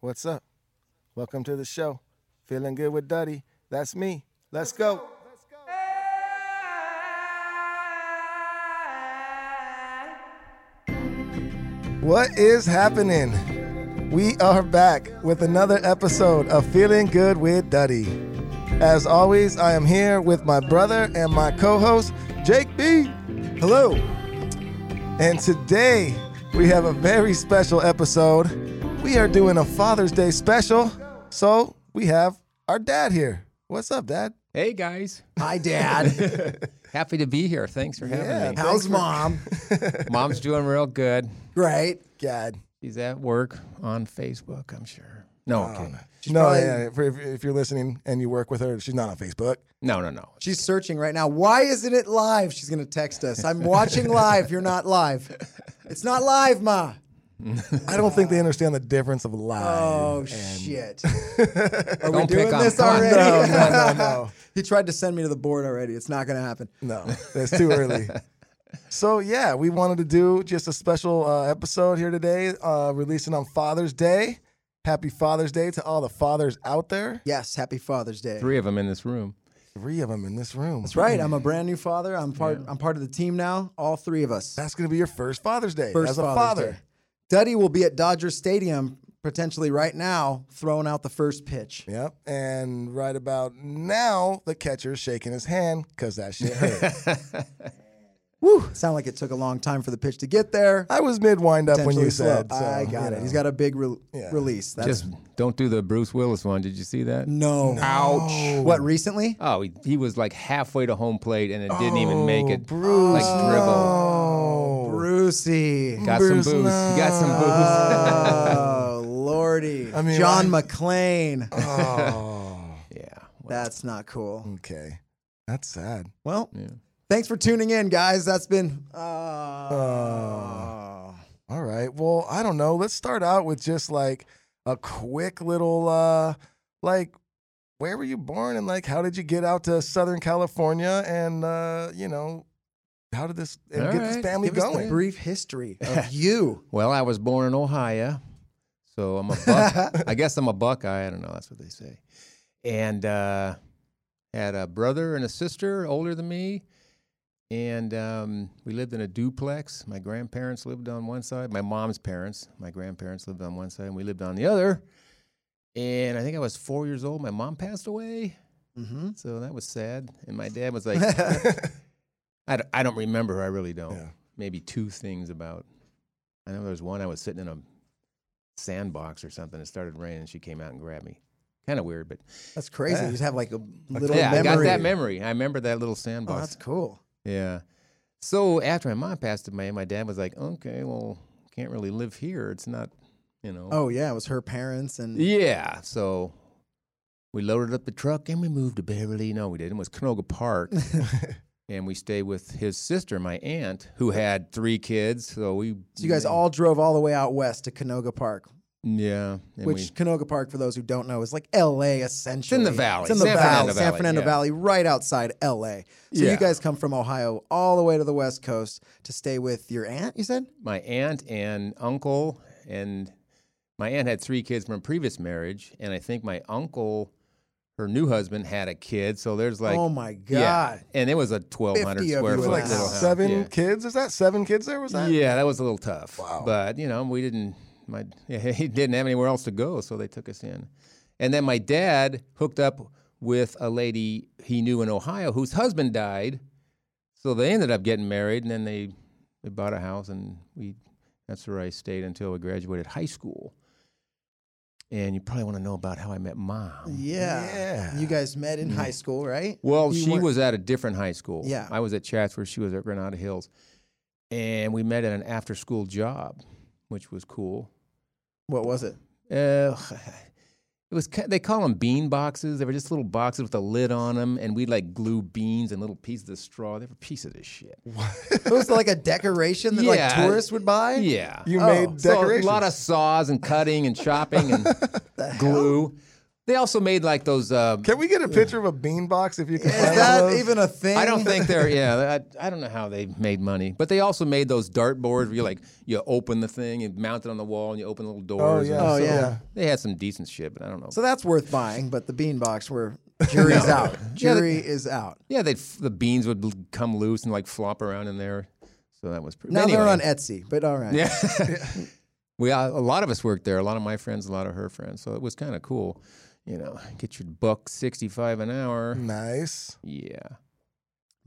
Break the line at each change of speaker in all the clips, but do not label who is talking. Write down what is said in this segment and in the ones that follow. what's up? Welcome to the show. Feeling good with Duddy. That's me. Let's go. What is happening? We are back with another episode of Feeling Good with Duddy. As always, I am here with my brother and my co host, Jake B. Hello. And today, we have a very special episode. We are doing a Father's Day special. So, we have our dad here. What's up, dad?
Hey guys,
Hi, Dad.
happy to be here. Thanks for having
Yeah.
me.
How's mom?
Mom's doing real good.
Great.
God.
She's at work on Facebook, I'm sure. No, I'm kidding.
no,
probably-
yeah, if, if, if you're listening and you work with her, she's not on Facebook.
no, no, no.
She's searching right now. Why isn't it live? She's going to text us. I'm watching live. You're not live. It's not live, Ma.
I don't think they understand the difference of live.
Oh, shit. Are we
Don't pick
doing
on
this
Con.
already?
No, no, no, no.
he tried to send me to the board already. It's not going to happen.
No, that's too early. So yeah, we wanted to do just a special uh, episode here today, uh, releasing on Father's Day. Happy Father's Day to all the fathers out there.
Yes, happy Father's Day.
Three of them in this room.
Three of them in this room.
That's right. I'm a brand new father. I'm part I'm part of the team now. All three of us.
That's gonna be your first Father's Day
first
as a
Father's
father.
Day. Duddy will be at Dodger Stadium potentially right now throwing out the first pitch.
Yep. And right about now, the catcher's shaking his hand because that shit hurt.
Woo! Sound like it took a long time for the pitch to get there.
I was mid wind up when you
Potentially slow.
said. so,
I got
you
it.
know.
He's got a big re-
Yeah.
release. That's
Just don't do the Bruce Willis one. Did you see that?
no.
Ouch.
What recently?
Oh, he, he was like halfway to home plate and it didn't even make it.
Oh, Bruce, Oh,
Like dribble.
Brucey.
Got
Bruce,
some booze.
no.
You got some booze.
Oh lordy.
I mean,
John
why-
McClane.
Oh,
yeah. Well,
That's not cool.
okay. That's sad.
Well,
yeah.
thanks for tuning in, guys. That's been. Uh,
Uh, All right. Well, I don't know. Let's start out with just like a quick little uh like where were you born and like how did you get out to Southern California and uh, you know, how did this and
All
get this
right.
family
Give us the
a
going?
brief history of you.
Well, I was born in Ohio, so I'm a buck. I guess I'm a Buckeye. I don't know. That's what they say. And uh, had a brother and a sister older than me, and um, we lived in a duplex. My grandparents lived on one side. My mom's parents, my grandparents lived on one side, and we lived on the other. And I think I was four years old. My mom passed away,
Mhm.
so that was sad. And my dad was like, I, d- I don't remember. I really don't.
Yeah.
Maybe two things about. I know there was one I was sitting in a sandbox or something. It started raining. and She came out and grabbed me. Kind of weird, but
That's crazy. You just have like a little
yeah,
memory.
I got that memory. I remember that little
Oh,
sandbox.
that's cool.
yeah. So after my mom passed away, my dad was like, "Okay, well, can't really live here. It's not, you know."
Oh yeah, it was her parents and
Yeah. So we loaded up the truck and we moved to Beverly. No, we didn't. It was Canoga Park. and we stayed with his sister, my aunt, who had three kids. So we.
so you guys all drove all the way out west to Canoga Park,
Yeah. And
which
we-
Canoga Park, for those who don't know, is like L.A. essentially.
valley,
It's in the
San
valley,
Fernando
San
Valley,
Fernando
yeah.
Valley, right outside L.A. So you
Yeah.
guys come from Ohio all the way to the West Coast to stay with your aunt. You said
my aunt and uncle and my aunt had three kids from a previous marriage and i think my uncle her new husband had a kid so there's like
Oh, my
yeah.
God.
and it was a 1200
50 of
square
It
you
was
foot
in
like
the
little
house.
house.
seven
yeah.
kids. Is that seven kids there? Was that?
yeah that was a little tough
Wow.
but you know we didn't my he didn't have anywhere else to go so they took us in and then my dad hooked up with a lady he knew in ohio whose husband died so they ended up getting married and then they we bought a house and we that's where I stayed until I graduated high school. And you probably want to know about how I met mom.
yeah.
Yeah.
You guys met in high school, right?
Mm. Well,
You
she
weren't-
was at a different high school.
Yeah.
I was at Chatsworth, she was at Granada Hills. And we met at an after school job, which was cool.
What was it?
Uh, it was ki- they call them bean boxes. They were just little boxes with a lid on them, and we'd like glue beans and little pieces of straw. They were pieces of shit.
It was like a decoration that like
Yeah.
tourists would buy.
Yeah,
You
Oh,
made
So
decorations.
a lot of saws and cutting and chopping and glue. They also made like those. Uh,
Can we get a picture of a beanbox if you can
Is
find one of
that
those?
even a thing?
I don't think they're. Yeah, I, I don't know how they made money, but they also made those dart boards where you like you open the thing and mount it on the wall and you open little doors.
yeah.
and
Oh
so
yeah.
They had some decent shit, but I don't know.
So that's worth buying, but the beanbox where jury's out. Jury is out.
yeah, they the beans would l- come loose and like flop around in there. So that was pretty.
Now
anyway,
they're on Etsy, but all right.
Yeah. we uh, a lot of us worked there. A lot of my friends, a lot of her friends. So it was kind of cool. You know, get your buck sixty five an hour.
Mm.
nice.
Yeah.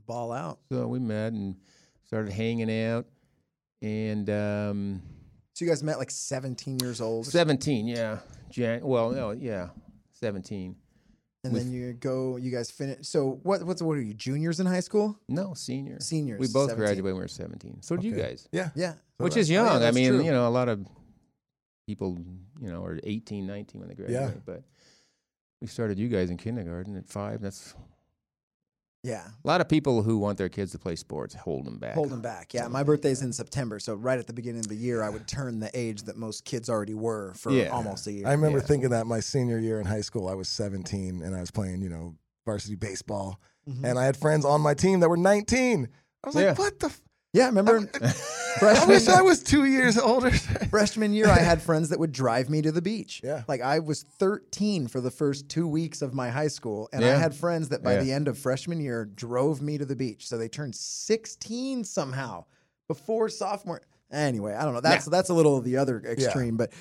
Ball out.
So we met and started hanging out. And um,
So you guys met like 17 years old,
17, yeah. Jan- well, no, yeah, 17.
and then you go. You guys finish. So what? What's what are you? Juniors in high school?
No, senior.
Seniors,
We both
17.
graduated when we were 17. So did you guys.
Yeah.
Yeah.
Which
that-
is
oh, yeah,
young. I
that's
mean,
true.
you know, a lot of people, you know, are 18, 19 when they graduate.
Yeah.
But we started you guys in kindergarten at five. That's
Yeah.
a lot of people who want their kids to play sports hold them back.
Hold them back. Yeah, my birthday's in September, so right at the beginning of the year, I would turn the age that most kids already were for
Yeah.
almost a year.
I remember
Yeah.
thinking that my senior year in high school, I was 17 and I was playing, you know, varsity baseball.
Mhm.
And I had friends on my team that were 19. I was like,
Yeah.
what the? F-
yeah, remember
I wish I
freshman,
was two years older.
freshman year, I had friends that would drive me to the beach.
Yeah.
like I was 13 for the first two weeks of my high school, and I
Yeah.
had friends that by
Yeah.
the end of freshman year drove me to the beach. So they turned 16 somehow before sophomore. Anyway, I don't know. That's that's a little of the other extreme, but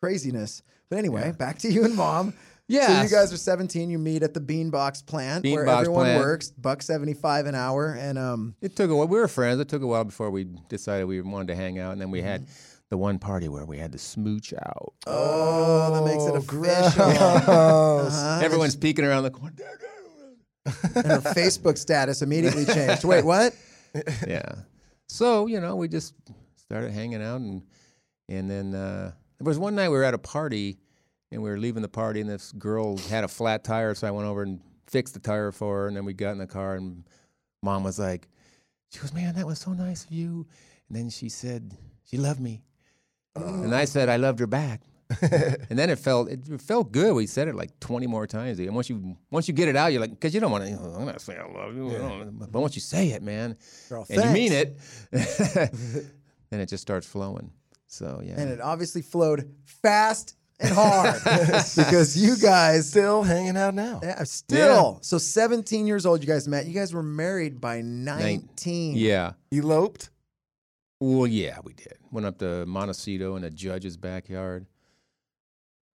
craziness. But anyway, back to you and mom. So you
Yes.
guys are 17. You meet at the Beanbox plant where
Beanbox
everyone
plant.
works, buck 75 an hour, and um,
It took a while. We were friends. It took a while before we decided we wanted to hang out, and then we had
Mm-hmm.
the one party where we had to smooch out.
oh, that makes it official.
Oh,
Uh-huh.
Everyone's peeking around the corner.
And her Facebook status immediately changed. Wait, what?
yeah. So you know, we just started hanging out, and and then uh, there was one night we were at a party, and we were leaving the party, and this girl had a flat tire, so I went over and fixed the tire for her, and then we got in the car, and mom was like, she goes, "Man, that was so nice of you," and then she said she loved me, and I said I loved her back. and then it felt it, felt good. We said it like twenty more times. And once you once you get it out, you're like, because you don't want to. I'm not saying I love you, I don't- but once you say it, man,
Girl,
and you mean it, then it just starts flowing. So yeah,
And it obviously flowed fast and hard because you guys
Still hanging out now.
Yeah, still. So 17 years old, you guys met. You guys were married by 19.
yeah.
Eloped.
Well, yeah, we did. Went up to Montecito in a judge's backyard.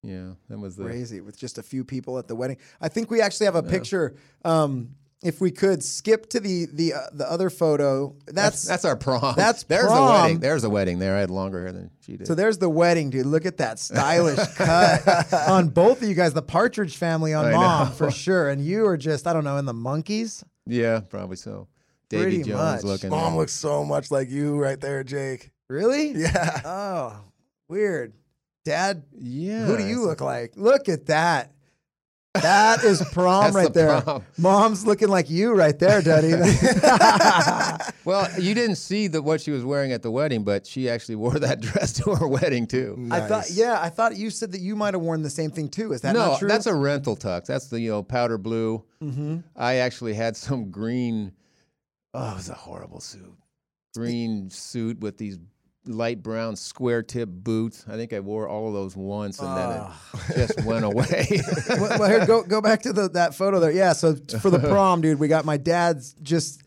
Yeah, that was the
crazy with just a few people at the wedding. I think we actually have a picture. Um, if we could skip to the the uh, the other photo, that's,
that's that's our prom.
that's
there's
prom.
a wedding. There's a wedding there. I had longer hair than she did.
so. There's the wedding, dude. Look at that stylish cut on both of you guys. The Partridge Family on
I
mom
know.
for sure, and you are just I don't know in the monkeys.
yeah, probably so. Davy
Pretty
Jones
much.
looking.
Mom
there.
looks so much like you right there, Jake.
Really?
Yeah.
Oh, weird. Dad,
Yeah.
who do you
it's-
look like? Look at that. That is prom
That's the
right there.
prom.
Mom's looking like you right there, Daddy.
Well, you didn't see the, what she was wearing at the wedding, but she actually wore that dress to her wedding too.
I thought, yeah, I thought you said that you might have worn the same thing too. Is that
no,
not true? Mm-hmm.
that's a rental tux. That's the you know powder blue. I actually had some green. Oh, it was a horrible suit. Green suit with these light brown square tip boots. I think I wore all of those once, and then it just went away.
well, well, here, go go back to the, that photo there. Yeah, so t- for the prom, dude, we got my dad's just.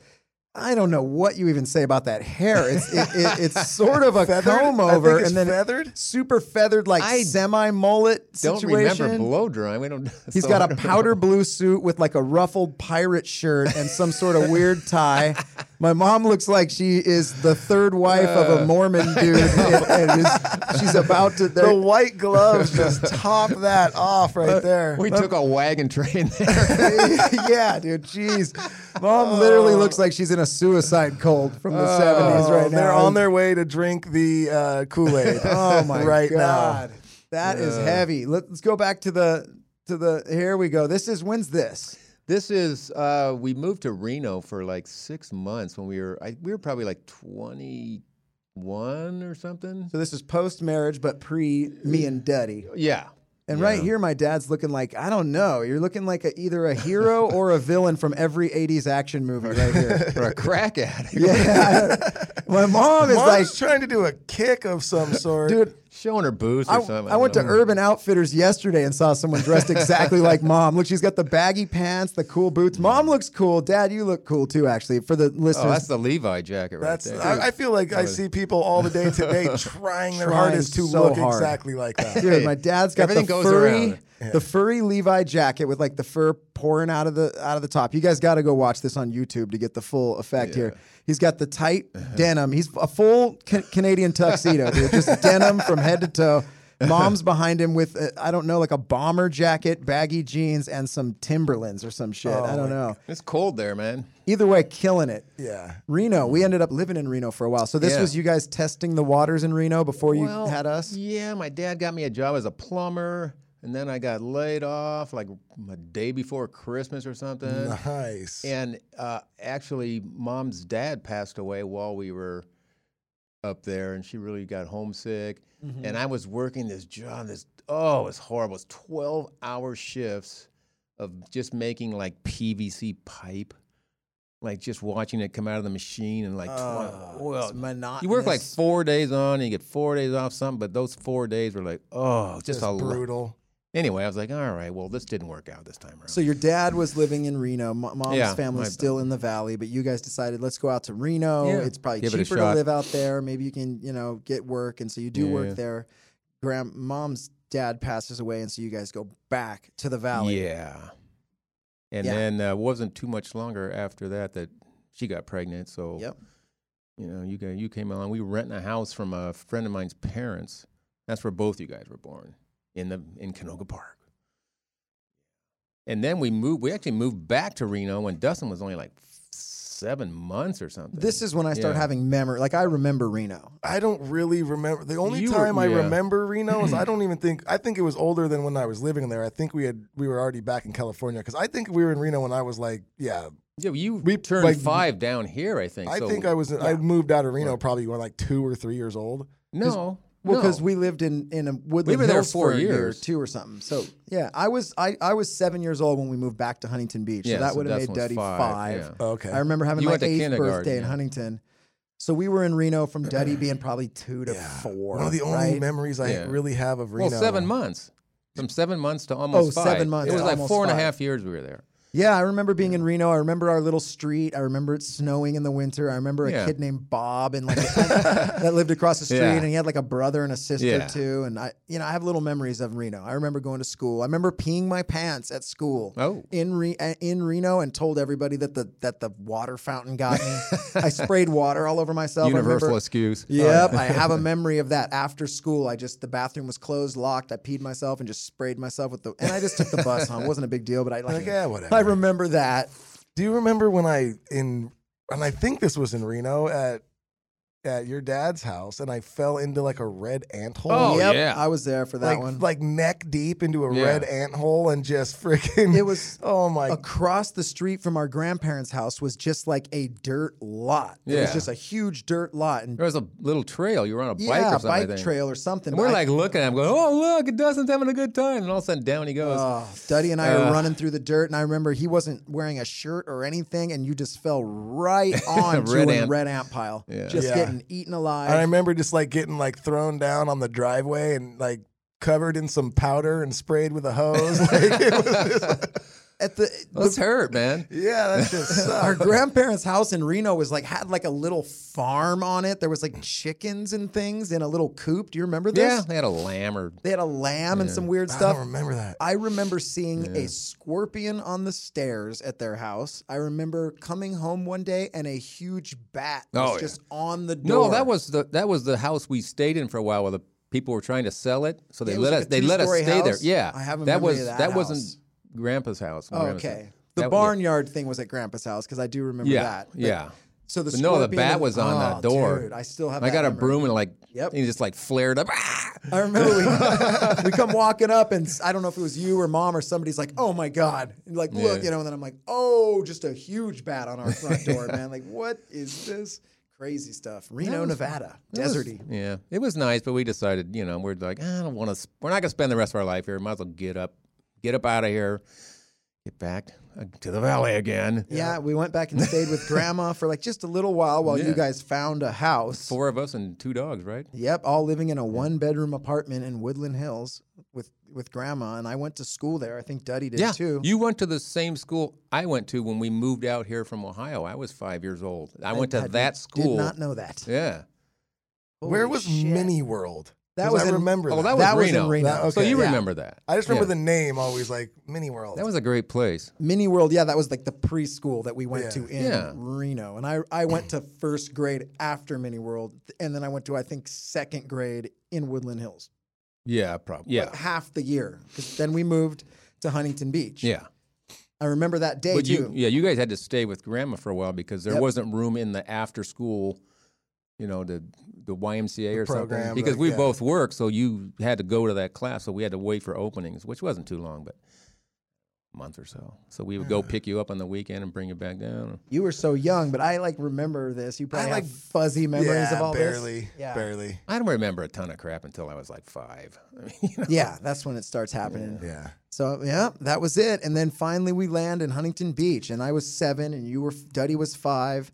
I don't know what you even say about that hair. It's it, it, it's sort of a
Feathered?
comb
I think
over,
it's
and then
feathered?
super feathered, like
I
semi mullet
don't
situation.
remember blow drying. We don't.
He's
so I
got a
don't know.
powder blue suit with like a ruffled pirate shirt and some sort of weird tie. My mom looks like she is the third wife of a Mormon dude, and, and is, she's about to.
Uh, The
they're- Uh,
white gloves just top that off right there.
We took a wagon train there.
yeah, dude. Jeez, mom literally looks like she's in a suicide cold from the seventies
Oh. Oh,
right now.
they're on their way to drink the uh, Kool Aid.
Oh my
right
god.
now.
That is
Yeah.
heavy. Let, us go back to the to the. Here we go. This is when's this?
This is uh, we moved to Reno for like six months when we were I, we were probably like twenty one or something.
So this is post marriage, but pre me and Duddy.
yeah,
And right
Yeah.
here, my dad's looking like I don't know. You're looking like a, either a hero or a villain from every '80s action movie right here.
or a crack addict.
yeah, my mom is
Mom's
like,
trying to do a kick of some sort.
dude.
showing her boots or
I,
something.
I went to
don't know.
Urban Outfitters yesterday and saw someone dressed exactly like mom. Look, she's got the baggy pants, the cool boots. Mom looks cool. Dad, you look cool too. Actually, for the listeners,
Oh, that's the Levi jacket right
That's
there.
I, I feel like I see people all the day today trying their
Trying
hardest to
so
look
hard.
exactly like that.
Dude, my dad's got
Everything
the
goes
furry,
around.
the furry Levi jacket with like the fur pouring out of the out of the top. You guys got to go watch this on YouTube to get the full effect here. He's got the tight
Uh-huh.
denim. He's a full ca- Canadian tuxedo, dude. Just denim from head to toe. Mom's behind him with uh, I don't know, like a bomber jacket, baggy jeans, and some Timberlands or some shit.
Oh
I don't know.
it's cold there, man.
Either way, killing it.
yeah.
Reno. We ended up living in Reno for a while. So this
Yeah.
was you guys testing the waters in Reno before you
Well,
had us.
Yeah, my dad got me a job as a plumber, and then I got laid off like a day before Christmas or something.
Nice.
And uh, actually, mom's dad passed away while we were up there, and she really got homesick.
Mm-hmm.
And I was working this job. This oh, it was horrible. It's twelve hour shifts of just making like PVC pipe, like just watching it come out of the machine and like.
Ah,
12, well,
monotonous.
you work like four days on, and you get four days off, something. But those four days were like, oh, just,
Just
a lo-
brutal.
Anyway, I was like, all right, well, this didn't work out this time around.
So your dad was living in Reno. M- Mom's
Yeah, my-
family's still in the valley, but you guys decided let's go out to Reno.
Yeah.
It's probably
Give it a
cheaper to
shot.
live out there. Maybe you can, you know, get work, and so you do
Yeah.
work there. Grand mom's dad passes away, and so you guys go back to the valley.
Yeah. And
Yeah.
then uh, wasn't too much longer after that that she got pregnant. So
Yep.
you know, you got, you came along. We were renting a house from a friend of mine's parents. That's where both you guys were born in the in Canoga Park. And then we moved. We actually moved back to Reno when Dustin was only like seven months or something.
This is when I start
Yeah.
having memory. Like I remember Reno.
I don't really remember. The only
You were-
time I
yeah.
remember Reno is I don't even think I think it was older than when I was living there. I think we had we were already back in California because I think we were in Reno when I was like yeah.
yeah. well, You
we-
turned
like-
five down here, I think.
I
so-
think I was I moved out of Reno
Right.
probably when like two or three years old.
no.
Well, because
no.
we lived in in a woodland
were there
hills
four
for a year or
years.
two or something. So yeah, I was I, I was seven years old when we moved back to Huntington Beach.
Yeah,
so that
so
would have
Dustin
made
was
Duddy
five, yeah.
Oh, Okay.
I remember having
You
my
went to
eighth
kindergarten,
birthday in
yeah.
Huntington. So we were in Reno from Duddy being probably two to four.
One of the only
right?
memories I
Yeah.
really have of Reno.
well seven months. From seven months to almost
Oh,
five.
seven months
It was
to
like
almost
four and a half
five.
years we were there.
Yeah, I remember being in Reno. I remember our little street. I remember it snowing in the winter. I remember a
Yeah.
kid named Bob and like that lived across the street,
Yeah.
and he had like a brother and a sister
Yeah.
too. And I, you know, I have little memories of Reno. I remember going to school. I remember peeing my pants at school.
Oh.
in Re- uh, in Reno, and told everybody that the that the water fountain got me. I sprayed water all over myself. I remember-
Universal excuse.
Yep, I have a memory of that. After school, I just the bathroom was closed, locked. I peed myself and just sprayed myself with the, and I just took the bus home. It wasn't a big deal, but I like,
Like, yeah, whatever.
I remember that.
Do you remember when I in and I think this was in Reno at at your dad's house and I fell into like a red ant hole?
Oh,
yep,
yeah.
I was there for that
like
one.
like neck deep into a
Yeah.
red ant hole and just freaking
It was
Oh my
across the street from our grandparents' house was just like a dirt lot. It was
Yeah.
just a huge dirt lot and
There was a little trail. You were on a bike or
yeah,
something. I
bike
think.
trail or something.
And we're
but I-
like looking at him, going, "Oh look, it Dustin's having a good time," and all of a sudden down he goes.
Oh, Duddy and I were
Uh.
running through the dirt, and I remember he wasn't wearing a shirt or anything, and you just fell right onto
Red
a
ant.
red ant pile,
Yeah.
just
Yeah.
getting eaten alive.
I remember just like getting like thrown down on the driveway and like covered in some powder and sprayed with a hose. like it was just,
At the,
That's
the-
hurt, man.
yeah, that just
our
sucked.
grandparents' house in Reno was like had like a little farm on it. There was like chickens and things in a little coop. Do you remember this?
Yeah, they had a lamb or
They had a lamb and some weird
I
stuff.
don't remember that.
I remember seeing a scorpion on the stairs at their house. I remember coming home one day and a huge bat was
Oh, yeah.
just on the
no.
door.
That was the that was the house we stayed in for a while while the people were trying to sell it, so they
It was
let
like
us
a
they let us
two-story
stay there.
house?
Yeah,
I have a
that
memory
was
of that house.
wasn't Grandpa's house.
Oh,
Grandma's
okay.
house.
The
That- yeah.
barnyard thing was at Grandpa's house because I do remember
Yeah,
that. But-
yeah.
So the
But no, the
scorpion
bat
and-
was on
oh,
that door.
Dude, I still have.
I
that
got a
memory.
broom and like
Yep.
and he just like flared up. Ah!
I remember we, we come walking up, and s- I don't know if it was you or mom or somebody's like, "Oh my god!" And like, look,
Yeah.
you know. And then I'm like, "Oh, just a huge bat on our front door, man! Like, what is this crazy stuff?" Reno, Nevada, deserty.
Yeah, it was nice, but we decided, you know, we're like, I don't want to. We're not gonna spend the rest of our life here. Might as well get up, get up out of here, get back uh, to the valley again.
yeah, we went back and stayed with grandma for like just a little while while
Yeah.
you guys found a house.
Four of us and two dogs, right?
Yep, all living in a one bedroom apartment in Woodland Hills with with grandma, and I went to school there. I think Duddy did too.
You went to the same school I went to when we moved out here from Ohio. I was five years old. I, went to
had-
that school.
Did not know that.
Yeah.
Where
Holy
was
shit.
Mini World?
That
'Cause
was
I
in-
remember.
Oh,
that.
that was
That was in
Reno.
Reno.
That-
So
okay,
you
yeah.
remember that?
I just remember
Yeah.
the name always like Mini World.
That was a great place.
Mini World? Yeah, that was like the preschool that we went
Yeah.
to in
Yeah.
Reno, and I I went to first grade after Mini World, and then I went to I think second grade in Woodland Hills.
Yeah, probably. Yeah.
Like half the year, 'cause then we moved to Huntington Beach.
Yeah.
I remember that day
But you,
too.
yeah, you guys had to stay with grandma for a while because there
Yep.
wasn't room in the after school, you know, the the YMCA or
program,
something. Because
like,
we
yeah.
both worked, so you had to go to that class, so we had to wait for openings, which wasn't too long, but a month or so. So we would go pick you up on the weekend and bring you back down.
You were so young, but I like remember this. You probably
I,
have
like,
fuzzy memories
yeah,
of all
barely,
this. Yeah,
barely.
I don't remember a ton of crap until I was like five. I mean, you know.
Yeah, that's when it starts happening.
Yeah.
So yeah, that was it. And then finally we land in Huntington Beach, and I was seven, and you were Duddy was five,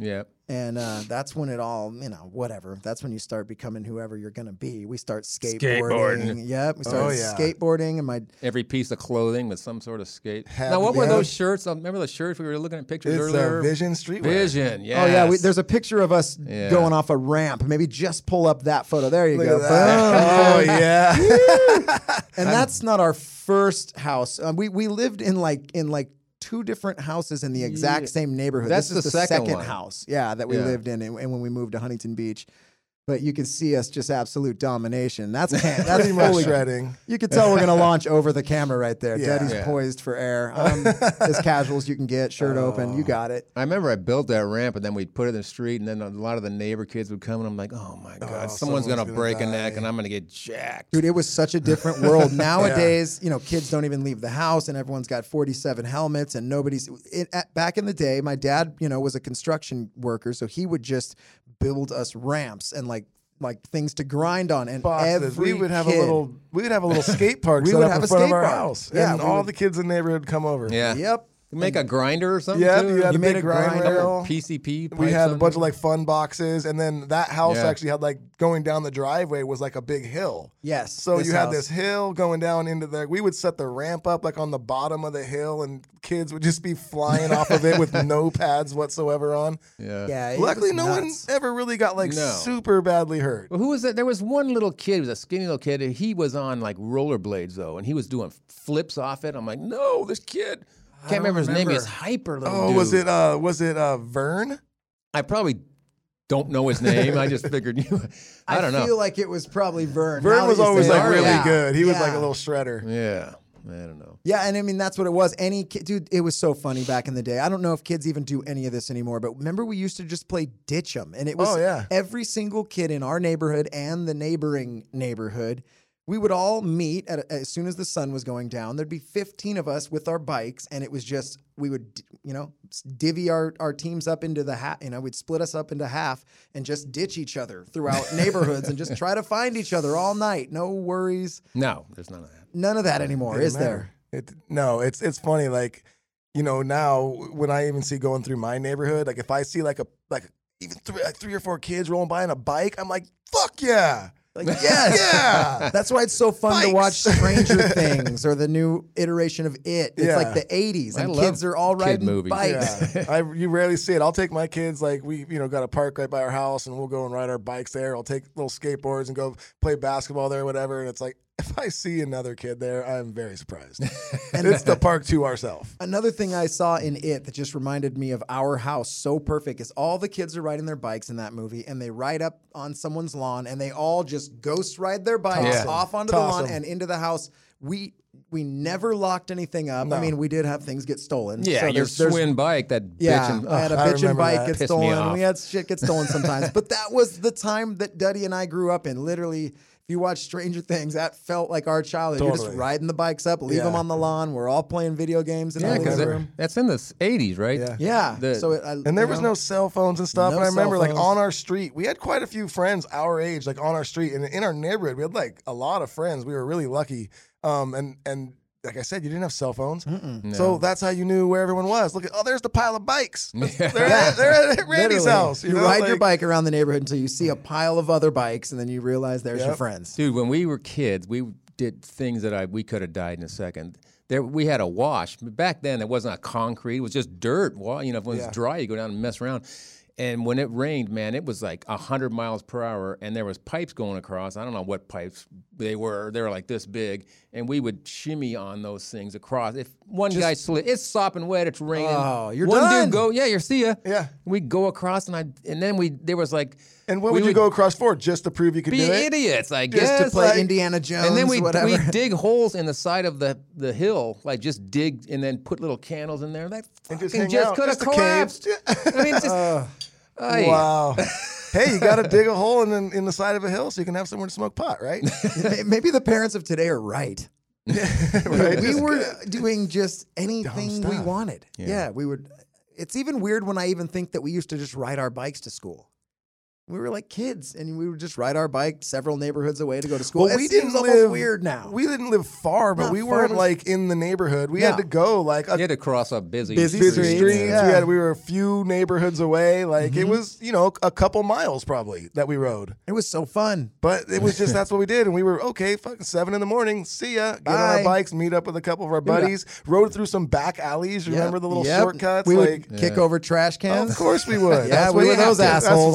Yeah.
and uh, that's when it all you know whatever. That's when you start becoming whoever you're gonna be. We start skateboarding. Yep, we
Oh,
started
yeah.
skateboarding, and my
Every piece of clothing with some sort of skate.
Have-
now, what were
yeah.
those shirts? I remember the shirts we were looking at pictures
It's a
earlier.
uh, Vision Streetwear.
Vision.
oh yeah, we,
yes.
there's a picture of us
Yeah.
going off a ramp. Maybe just pull up that photo. There you
Look
go.
at that.
Boom.
Oh yeah.
and that's not our first house. Um, we we lived in like in like two different houses in the exact same neighborhood.
That's
this is
the
the
second
second,
one.
house, yeah, that we
Yeah.
lived in, and, and when we moved to Huntington Beach. But you can see us just absolute domination. That's can- that's
Pretty much
fully
shredding.
You can tell we're gonna launch over the camera right there.
Yeah.
Daddy's
Yeah.
poised for air. Um, as casual as you can get, shirt open.
Oh.
You got it.
I remember I built that ramp and then we'd put it in the street and then a lot of the neighbor kids would come and I'm like, oh my God, someone's,
someone's
gonna,
gonna
break
die."
a neck and I'm gonna get jacked.
Dude, it was such a different world. Nowadays, you know, kids don't even leave the house, and everyone's got forty-seven helmets, and nobody's. It, at, back in the day, my dad, you know, was a construction worker, so he would just build us ramps and like like things to grind on. And
Boxes.
every
We would have
kid-
a little. We would have a little skate park.
We
set
would
up
have
in
a
front of
skate
our
park.
house,
Yeah,
and
we
all
would-
the kids in the neighborhood come over.
yeah.
Yep.
You make a grinder or something?
Yeah,
too?
you had
You
a
made a
big grind
grinder.
rail.
PCP.
We
pipe
had a bunch of
something?
like fun boxes, and then that house
Yeah.
actually had like going down the driveway was like a big hill.
Yes.
So you had
house.
this hill going down into the. We would set the ramp up like on the bottom of the hill, and kids would just be flying off of it with no pads whatsoever on.
Yeah.
Yeah. it
Luckily,
was
no one
nuts.
ever really got like
No.
super badly hurt.
Well, who was that? There was one little kid, he was a skinny little kid. and He was on like rollerblades though, and he was doing flips off it. I'm like, no, this kid. Can't remember his name. He's
remember.
hyper little.
Oh,
dude.
was it? uh Was it uh Vern?
I probably don't know his name. I just figured you. I don't know.
feel like it was probably Vern. Now
Vern
that
was
you say
always
it, Oh,
like really
yeah.
good. He was like a
Yeah.
little shredder.
yeah. I don't know.
Yeah, and I mean that's what it was. Any kid, dude, it was so funny back in the day. I don't know if kids even do any of this anymore, but remember we used to just play ditch 'em, and it was
Oh, yeah.
every single kid in our neighborhood and the neighboring neighborhood. We would all meet at, as soon as the sun was going down. There'd be fifteen of us with our bikes, and it was just we would, d- you know, s- divvy our, our teams up into the half. You know, we'd split us up into half and just ditch each other throughout neighborhoods and just try to find each other all night. No worries,
No, there's none of that.
none of that anymore, is
Doesn't
there?
matter. It, no, it's it's funny. Like you know, now when I even see going through my neighborhood, like if I see like a like even three, like three or four kids rolling by on a bike, I'm like, fuck yeah,
Like, yes.
yeah.
That's why it's so fun to
Bikes.
watch Stranger Things or the new iteration of It. It's
Yeah.
like the 80s,
I
and
love
kids are all
kid
riding
movies.
bikes.
Yeah. I you rarely see it. I'll take my kids like we you know got a park right by our house and we'll go and ride our bikes there. I'll take little skateboards and go play basketball there, whatever. And it's like if I see another kid there, I'm very surprised. and it's the park to ourselves.
Another thing I saw in It that just reminded me of Our House so perfect is all the kids are riding their bikes in that movie, and they ride up on someone's lawn, and they all just ghost ride their bikes
Toss 'em.
off onto
Toss
the lawn
'em.
and into the house. We we never locked anything up. I
No.
mean, we did have things get stolen.
Yeah,
so
your
there's- there's-
Swin bike, that
Yeah,
bitchin'.
I had a
I
bitch and
remember
bike
that.
get
Pissed me
stolen.
off.
We had shit get stolen sometimes, but that was the time that Duddy and I grew up in. Literally, if If you watch Stranger Things, that felt like our childhood. You're just
Totally.
riding the bikes up, leave
Yeah.
them on the lawn. We're all playing video games in
Yeah,
the
'cause
living
that-
room.
that's in the s- 80s, right?
Yeah.
Yeah.
The-
so it, I,
And there was no cell phones and stuff.
No
and I remember,
cell
like,
phones.
on our street, we had quite a few friends our age, like, on our street. And in our neighborhood, we had, like, a lot of friends. We were really lucky. Um, and, and like I said, you didn't have cell phones. So that's how you knew where everyone was. Look at, oh, there's the pile of bikes. They're,
Yeah.
at, they're at Randy's
Literally.
house.
You,
know,
ride your
like-
bike around the neighborhood until you see a pile of other bikes, and then you realize there's your
Yep.
friends.
Dude, when we were kids, we did things that I we could have died in a second. There, we had a wash. Back then, it wasn't a concrete; it was just dirt. Well, you know, if it was
Yeah.
dry, you go down and mess around. And when it rained, man, it was like hundred miles per hour, and there was pipes going across. I don't know what pipes they were. They were like this big, and we would shimmy on those things across. If one guy slid, it's sopping wet, it's raining.
Oh, you're
one
done.
dude go, yeah, you're see ya.
Yeah.
we go across, and I, and then we there was like,
And what
we
would you go across for? Just to prove you could
Be
do it?
idiots, I
Just
guess.
to
Play
Like-
Indiana Jones,
And then we
whatever.
we dig holes in the side of the, the hill, like just dig and then put little candles in there. That
And
fucking
just
just,
hang out.
could have
Just a cave. Uh,
collapsed. I mean, just Ay.
Wow. hey, you got to dig a hole in, the- in the side of a hill so you can have somewhere to smoke pot, right?
Maybe the parents of today are right.
Right?
we
Just-
were doing just anything we
stuff.
wanted. Yeah. we would. It's even weird when I even think that we used to just ride our bikes to school. We were like kids, and we would just ride our bike several neighborhoods away to go to school.
Well,
It
we
seems
didn't
almost
live
weird now.
We didn't live far, but
Not
we
far,
weren't
but-
like in the neighborhood. We had
No.
to go like a
you had to cross a busy,
Busy
busy
streets,
streets.
yeah. Mm-hmm.
We had we were a few neighborhoods away. Like it was, you know, a couple miles probably that we rode.
it was so fun.
But it was just that's what we did, and we were okay. Fucking seven in the morning. See ya. Get on
Bye.
our bikes, meet up with a couple of our buddies. Rode through some back alleys.
Yep.
Remember the little
Yep.
shortcuts?
We
like
would kick over trash cans.
of course we would.
Yeah,
that's
we
why
were
you have
those
to.
assholes.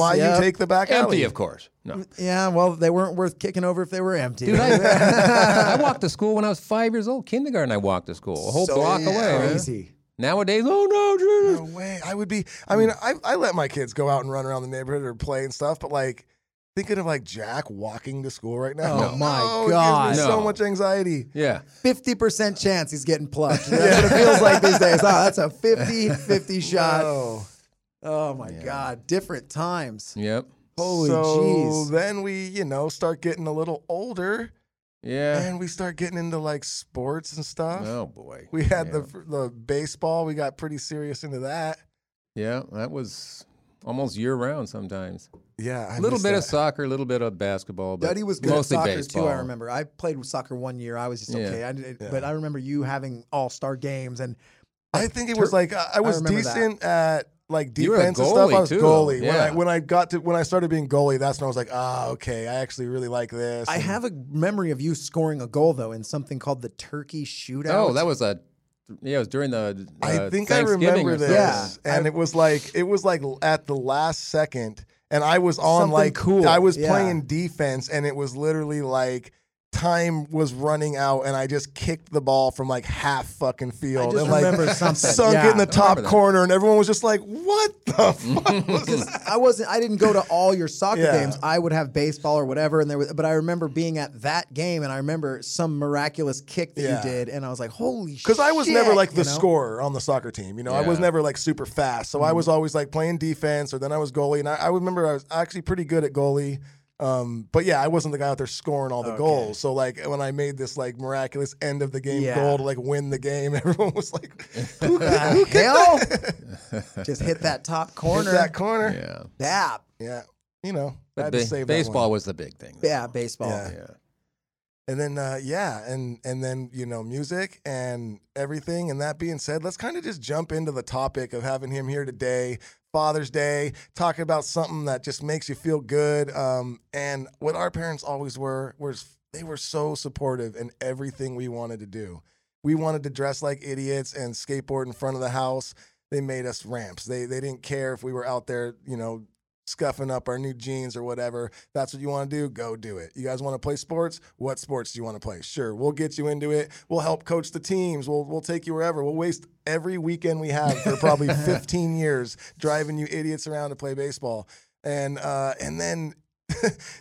That's why
Yep.
you take the back alley.
empty, of course. No,
Yeah, well, they weren't worth kicking over if they were empty.
dude, I, I walked to school when I was five years old. Kindergarten, I walked to school a whole
So
block away. man.
Crazy.
Nowadays, oh no, Jesus.
No way. I would be. I mean, I, I let my kids go out and run around the neighborhood or play and stuff, but like thinking of like Jack walking to school right now.
Oh, my
no, It
God.
gives me
No.
so much anxiety.
yeah.
Fifty percent chance he's getting plucked. That's what it feels like these days. Oh, that's a 50-50 shot.
Wow.
Oh my God! Different times.
Yep.
Holy
so
jeez.
then we, you know, start getting a little older
Yeah.
and we start getting into like sports and stuff.
Oh boy.
We had
yeah.
the the baseball. We got pretty serious into that.
yeah. That was almost year round sometimes.
Yeah, I
A little
miss
bit
that.
of soccer, a little bit of basketball, but
Duddy was good
mostly
at soccer
baseball.
too. I remember. I played soccer one year. I was just
Yeah.
okay. I did, But I remember you having all star games and
I think it was like I I was
remember that.
decent at like
You were a
defense and stuff.
goalie,
I was
too,
goalie when
yeah.
I when I got to when I started being goalie. That's when I was like, ah, okay, I actually really like this.
I
And
have a memory of you scoring a goal though in something called the Turkey Shootout.
Oh, that was a yeah. It was during the. Uh,
I think I
Thanksgiving
remember
or
this.
something.
Yeah.
and it was like it was like l- at the last second, and I was on
Something
like
cool,
I was
yeah.
playing defense, and it was literally like. Time was running out, and I just kicked the ball from like half fucking field,
just
and like
remember something.
sunk
Yeah.
it in the
I
top
that.
corner, and everyone was just like, "What the fuck?" was this?"
I wasn't. I didn't go to all your soccer
Yeah.
games. I would have baseball or whatever, and there was. But I remember being at that game, and I remember some miraculous kick that
Yeah.
you did, and I was like, "Holy!"
Because I was
shit,
never like
you
the
know?
scorer on the soccer team. You know, I was
Yeah.
never like super fast. So I was always like playing defense, or then I was goalie. And I, I remember I was actually pretty good at goalie. Um, but yeah, I wasn't the guy out there scoring all the goals. So like when I made this like miraculous end of the game
Yeah.
goal to like win the game, everyone was like, "Who kicked
The hell? Just hit that top corner.
that corner?" Yeah,
Yeah.
Yeah,
you know, I
But
had to
ba-
save that one.
baseball was the big thing.
yeah, baseball.
Yeah.
Yeah.
And then uh, yeah, and and then you know music and everything. And that being said, let's kind of just jump into the topic of having him here today, Father's Day, talking about something that just makes you feel good. Um, and what our parents always were was they were so supportive in everything we wanted to do. We wanted to dress like idiots and skateboard in front of the house. They made us ramps. They they didn't care if we were out there, you know, scuffing up our new jeans or whatever. That's what you want to do, go do it. You guys want to play sports? What sports do you want to play? Sure, we'll get you into it. We'll help coach the teams. We'll we'll take you wherever. We'll waste every weekend we have for probably 15 years driving you idiots around to play baseball. And uh and then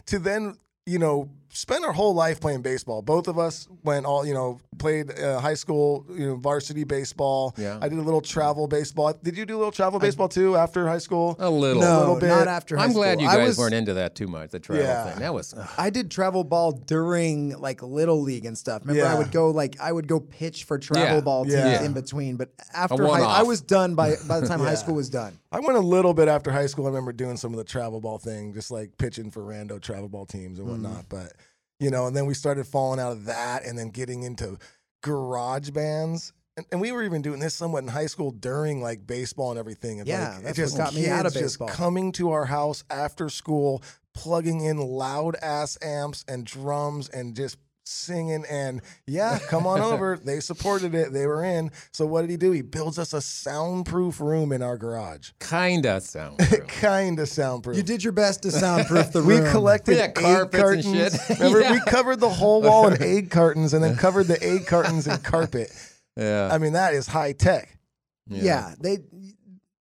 to then, you know, spent our whole life playing baseball. Both of us went all you know played uh, high school, you know, varsity baseball.
Yeah.
I did a little travel baseball. Did you do a little travel baseball too after high school?
A little.
No.
No,
little bit.
not after. high
I'm glad
school.
you
I
guys
was-
weren't into that too much. The travel
Yeah.
thing. That was. ugh.
I did travel ball during like little league and stuff. Remember, I
Yeah.
would go like I would go pitch for travel
Yeah.
ball teams
Yeah.
in between. But after high,
one-off.
I was done by by the time
Yeah.
high school was done.
I went a little bit after high school. I remember doing some of the travel ball thing, just like pitching for rando travel ball teams and
Mm-hmm.
whatnot. But you know, and then we started falling out of that, and then getting into garage bands. And, and we were even doing this somewhat in high school during like baseball and everything. And,
Yeah,
like,
that's what got me out of
kids just
baseball.
coming to our house after school, plugging in loud ass amps and drums, and just singing and yeah come on over they supported it they were in so what did he do he builds us a soundproof room in our garage
Kinda sound. true.
kind of soundproof.
You did Um, your best to soundproof the
We
room.
collected
Yeah,
egg
carpets and
cartons.
shit.
Remember,
Yeah.
we covered the whole wall in egg cartons, and then covered the egg cartons in carpet.
Yeah.
I mean, that is high tech.
Yeah. they.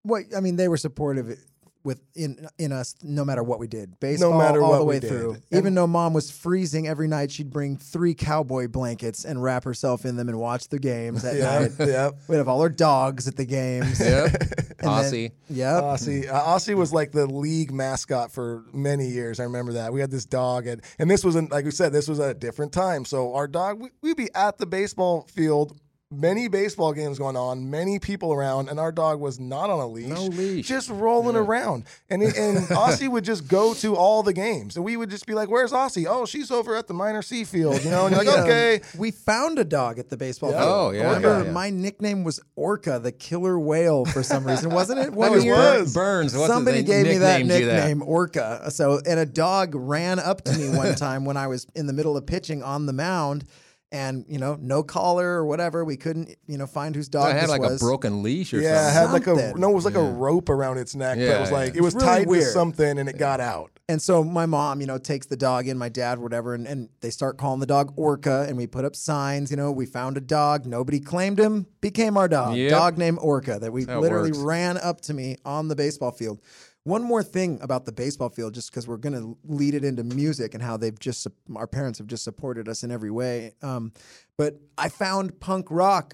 What I mean, they were supportive with in in us no matter what we did. Baseball
matter
all
what
the
we
way
did.
through.
And-
Even though mom was freezing every night, she'd bring three cowboy blankets and wrap herself in them and watch the games at
Yeah,
night.
yeah.
We'd have all our dogs at the games.
Yep.
And
Aussie.
then- Yep.
Aussie, uh, Aussie was like the league mascot for many years. I remember that we had this dog, and and this was an, like we said, this was at a different time. So our dog, we, we'd be at the baseball field. Many baseball games going on, many people around, and our dog was not on a leash.
No leash.
Just rolling around. And it, and Aussie would just go to all the games. And we would just be like, Where's Aussie? Oh, she's over at the minor C field, you know? And you're like,
Yeah.
okay.
We found a dog at the baseball
Yeah.
field.
Oh, yeah,
Remember,
yeah, yeah.
my nickname was Orca, the killer whale, for some reason, wasn't it? One
was
year?
Burns.
Burns. What's
Somebody gave me that
nicknamed you
nickname, Orca. So, and a dog ran up to me one time when I was in the middle of pitching on the mound, and you know, no collar or whatever. We couldn't, you know, find whose dog
I had
this
like
was.
a broken leash or
Yeah, it
something.
had like a
Something.
no, it was like a rope around its neck. that
Yeah,
was
yeah.
like it was
It's really
tied to
weird.
something and it got out.
And so my mom, you know, takes the dog in, my dad, whatever, and, and they start calling the dog Orca. And we put up signs, you know, we found a dog. Nobody claimed him, became our dog.
Yep.
Dog named Orca that we
That
literally
works.
ran up to me on the baseball field. One more thing about the baseball field, just because we're going to lead it into music and how they've just, our parents have just supported us in every way. Um, but I found punk rock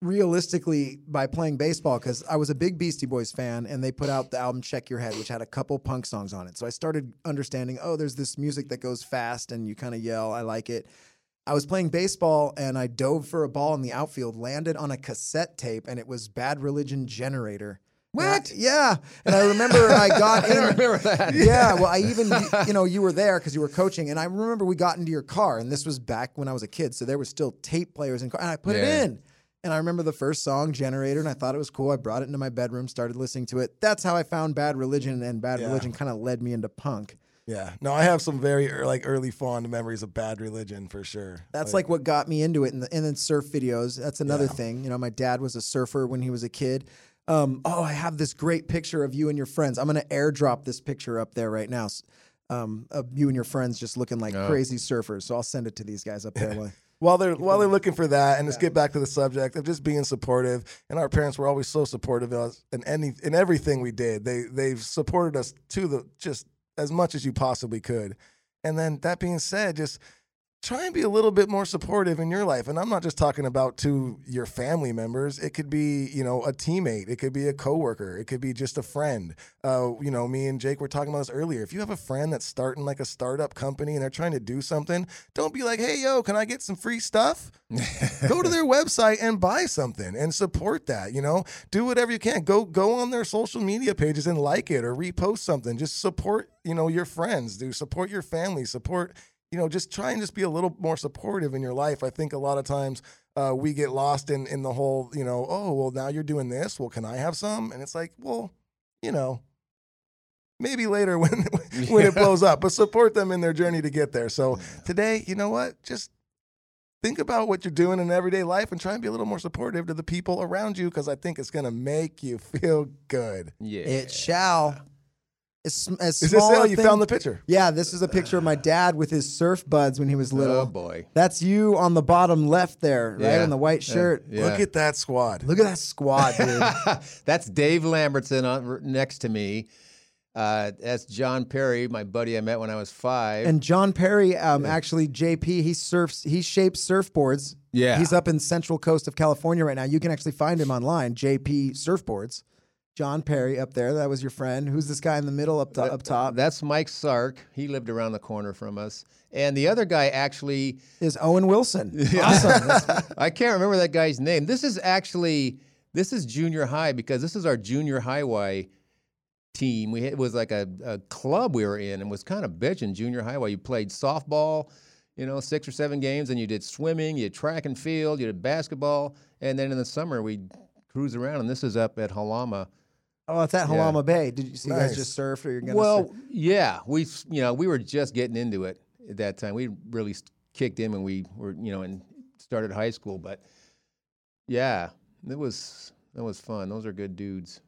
realistically by playing baseball because I was a big Beastie Boys fan and they put out the album Check Your Head, which had a couple punk songs on it. So I started understanding, oh, there's this music that goes fast and you kind of yell, I like it. I was playing baseball and I dove for a ball in the outfield, landed on a cassette tape, and it was Bad Religion Generator. And I-
What?
yeah. And I remember I got
I don't
in.
remember that.
Yeah, well, I even, you know, you were there because you were coaching, and I remember we got into your car, and this was back when I was a kid, so there was still tape players in car, and I put
Yeah.
it in, and I remember the first song, Generator, and I thought it was cool. I brought it into my bedroom, started listening to it. That's how I found Bad Religion, and Bad
Yeah.
Religion kind of led me into punk.
Yeah. No, I have some very ear- like early fond memories of Bad Religion for sure.
That's like what got me into it, and, the, and then surf videos. That's another thing. You know, my dad was a surfer when he was a kid. Um, oh, I have this great picture of you and your friends. I'm gonna airdrop this picture up there right now. s- Um, of you and your friends just looking like crazy surfers. So I'll send it to these guys up there. Like,
while they're while they're looking for that, and let's get back to the subject of just being supportive. And our parents were always so supportive of us in any in everything we did. They they've supported us to the just as much as you possibly could. And then that being said, just try and be a little bit more supportive in your life. And I'm not just talking about to your family members. It could be, you know, a teammate. It could be a coworker. It could be just a friend. Uh, you know, me and Jake were talking about this earlier. If you have a friend that's starting like a startup company and they're trying to do something, don't be like, hey, yo, can I get some free stuff? go to their website and buy something and support that you know do whatever you can go go on their social media pages and like it or repost something just support you know your friends do support your family support you know just try and just be a little more supportive in your life i think a lot of times uh, we get lost in in the whole you know oh well now you're doing this well can i have some and it's like well you know maybe later when when it blows up but support them in their journey to get there so today you know what just think about what you're doing in everyday life and try and be a little more supportive to the people around you because I think it's going to make you feel good.
Yeah.
It shall. As, as
Is this
small
how
a
you
thing-
found the picture?
Yeah, this is a picture of my dad with his surf buds when he was little.
Oh boy.
That's you on the bottom left there, right?
Yeah.
On the white
Yeah.
shirt.
Yeah.
Look at that squad.
Look at that squad, dude.
That's Dave Lambertson on, r- next to me. Uh, that's John Perry, my buddy I met when I was five.
And John Perry, um, actually, JP, he surfs, he shapes surfboards.
Yeah.
He's up in Central Coast of California right now. You can actually find him online, JP Surfboards. John Perry up there. That was your friend. Who's this guy in the middle up, to, up top?
that's Mike Sark. He lived around the corner from us. And the other guy actually,
Is Owen Wilson. Awesome. That's-
I can't remember that guy's name. This is actually this is junior high because this is our junior highway team. We had- it was like a, a club we were in and was kind of bitching junior highway. You played softball, you know, six or seven games, and you did swimming, you did track and field, you did basketball, and then in the summer we cruise around. And this is up at Halama.
oh, it's at Halama Bay. Did you see you guys
Nice.
just surfed or you're going to
Well, yeah, we s- you know we were just getting into it at that time. We really s- kicked in when we were you know and started high school, but yeah, it was that was fun. Those are good dudes.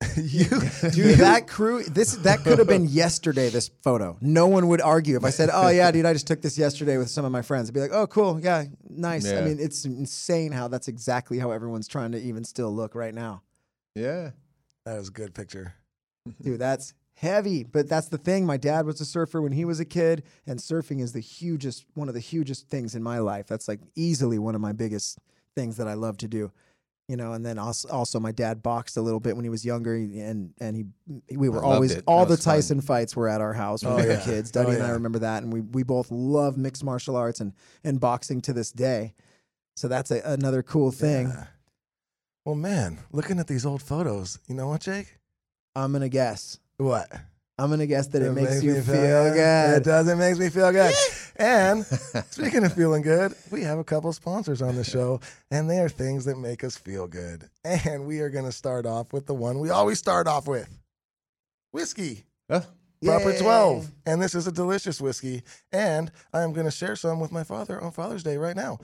You, dude, that crew. This that could have been yesterday. This photo. No one would argue if I said, "Oh yeah, dude, I just took this yesterday with some of my friends." I'd be like, "Oh, cool, yeah, nice." I
Yeah.
mean, it's insane how that's exactly how everyone's trying to even still look right now,
Yeah,
That is a good picture.
dude. That's heavy, but that's the thing. My dad was a surfer when he was a kid, and surfing is the hugest, one of the hugest things in my life. That's like easily one of my biggest things that I love to do. You know, and then also, also my dad boxed a little bit when he was younger, and and he we were
loved
always
it.
all
That
the
was fun.
Tyson fights were at our house when we were kids. Duddy and I remember that, and we we both love mixed martial arts and and boxing to this day. So that's a, another cool thing.
Yeah. Well, man, looking at these old photos, you know what, Jake?
I'm gonna guess.
What?
I'm gonna guess that it, makes,
me
you feel, good.
It does. It makes me feel good. and speaking of feeling good, we have a couple sponsors on the show, and they are things that make us feel good. And we are going to start off with the one we always start off with whiskey.
Huh?
Proper
Yay.
12. And this is a delicious whiskey. And I am going to share some with my father on Father's Day right now.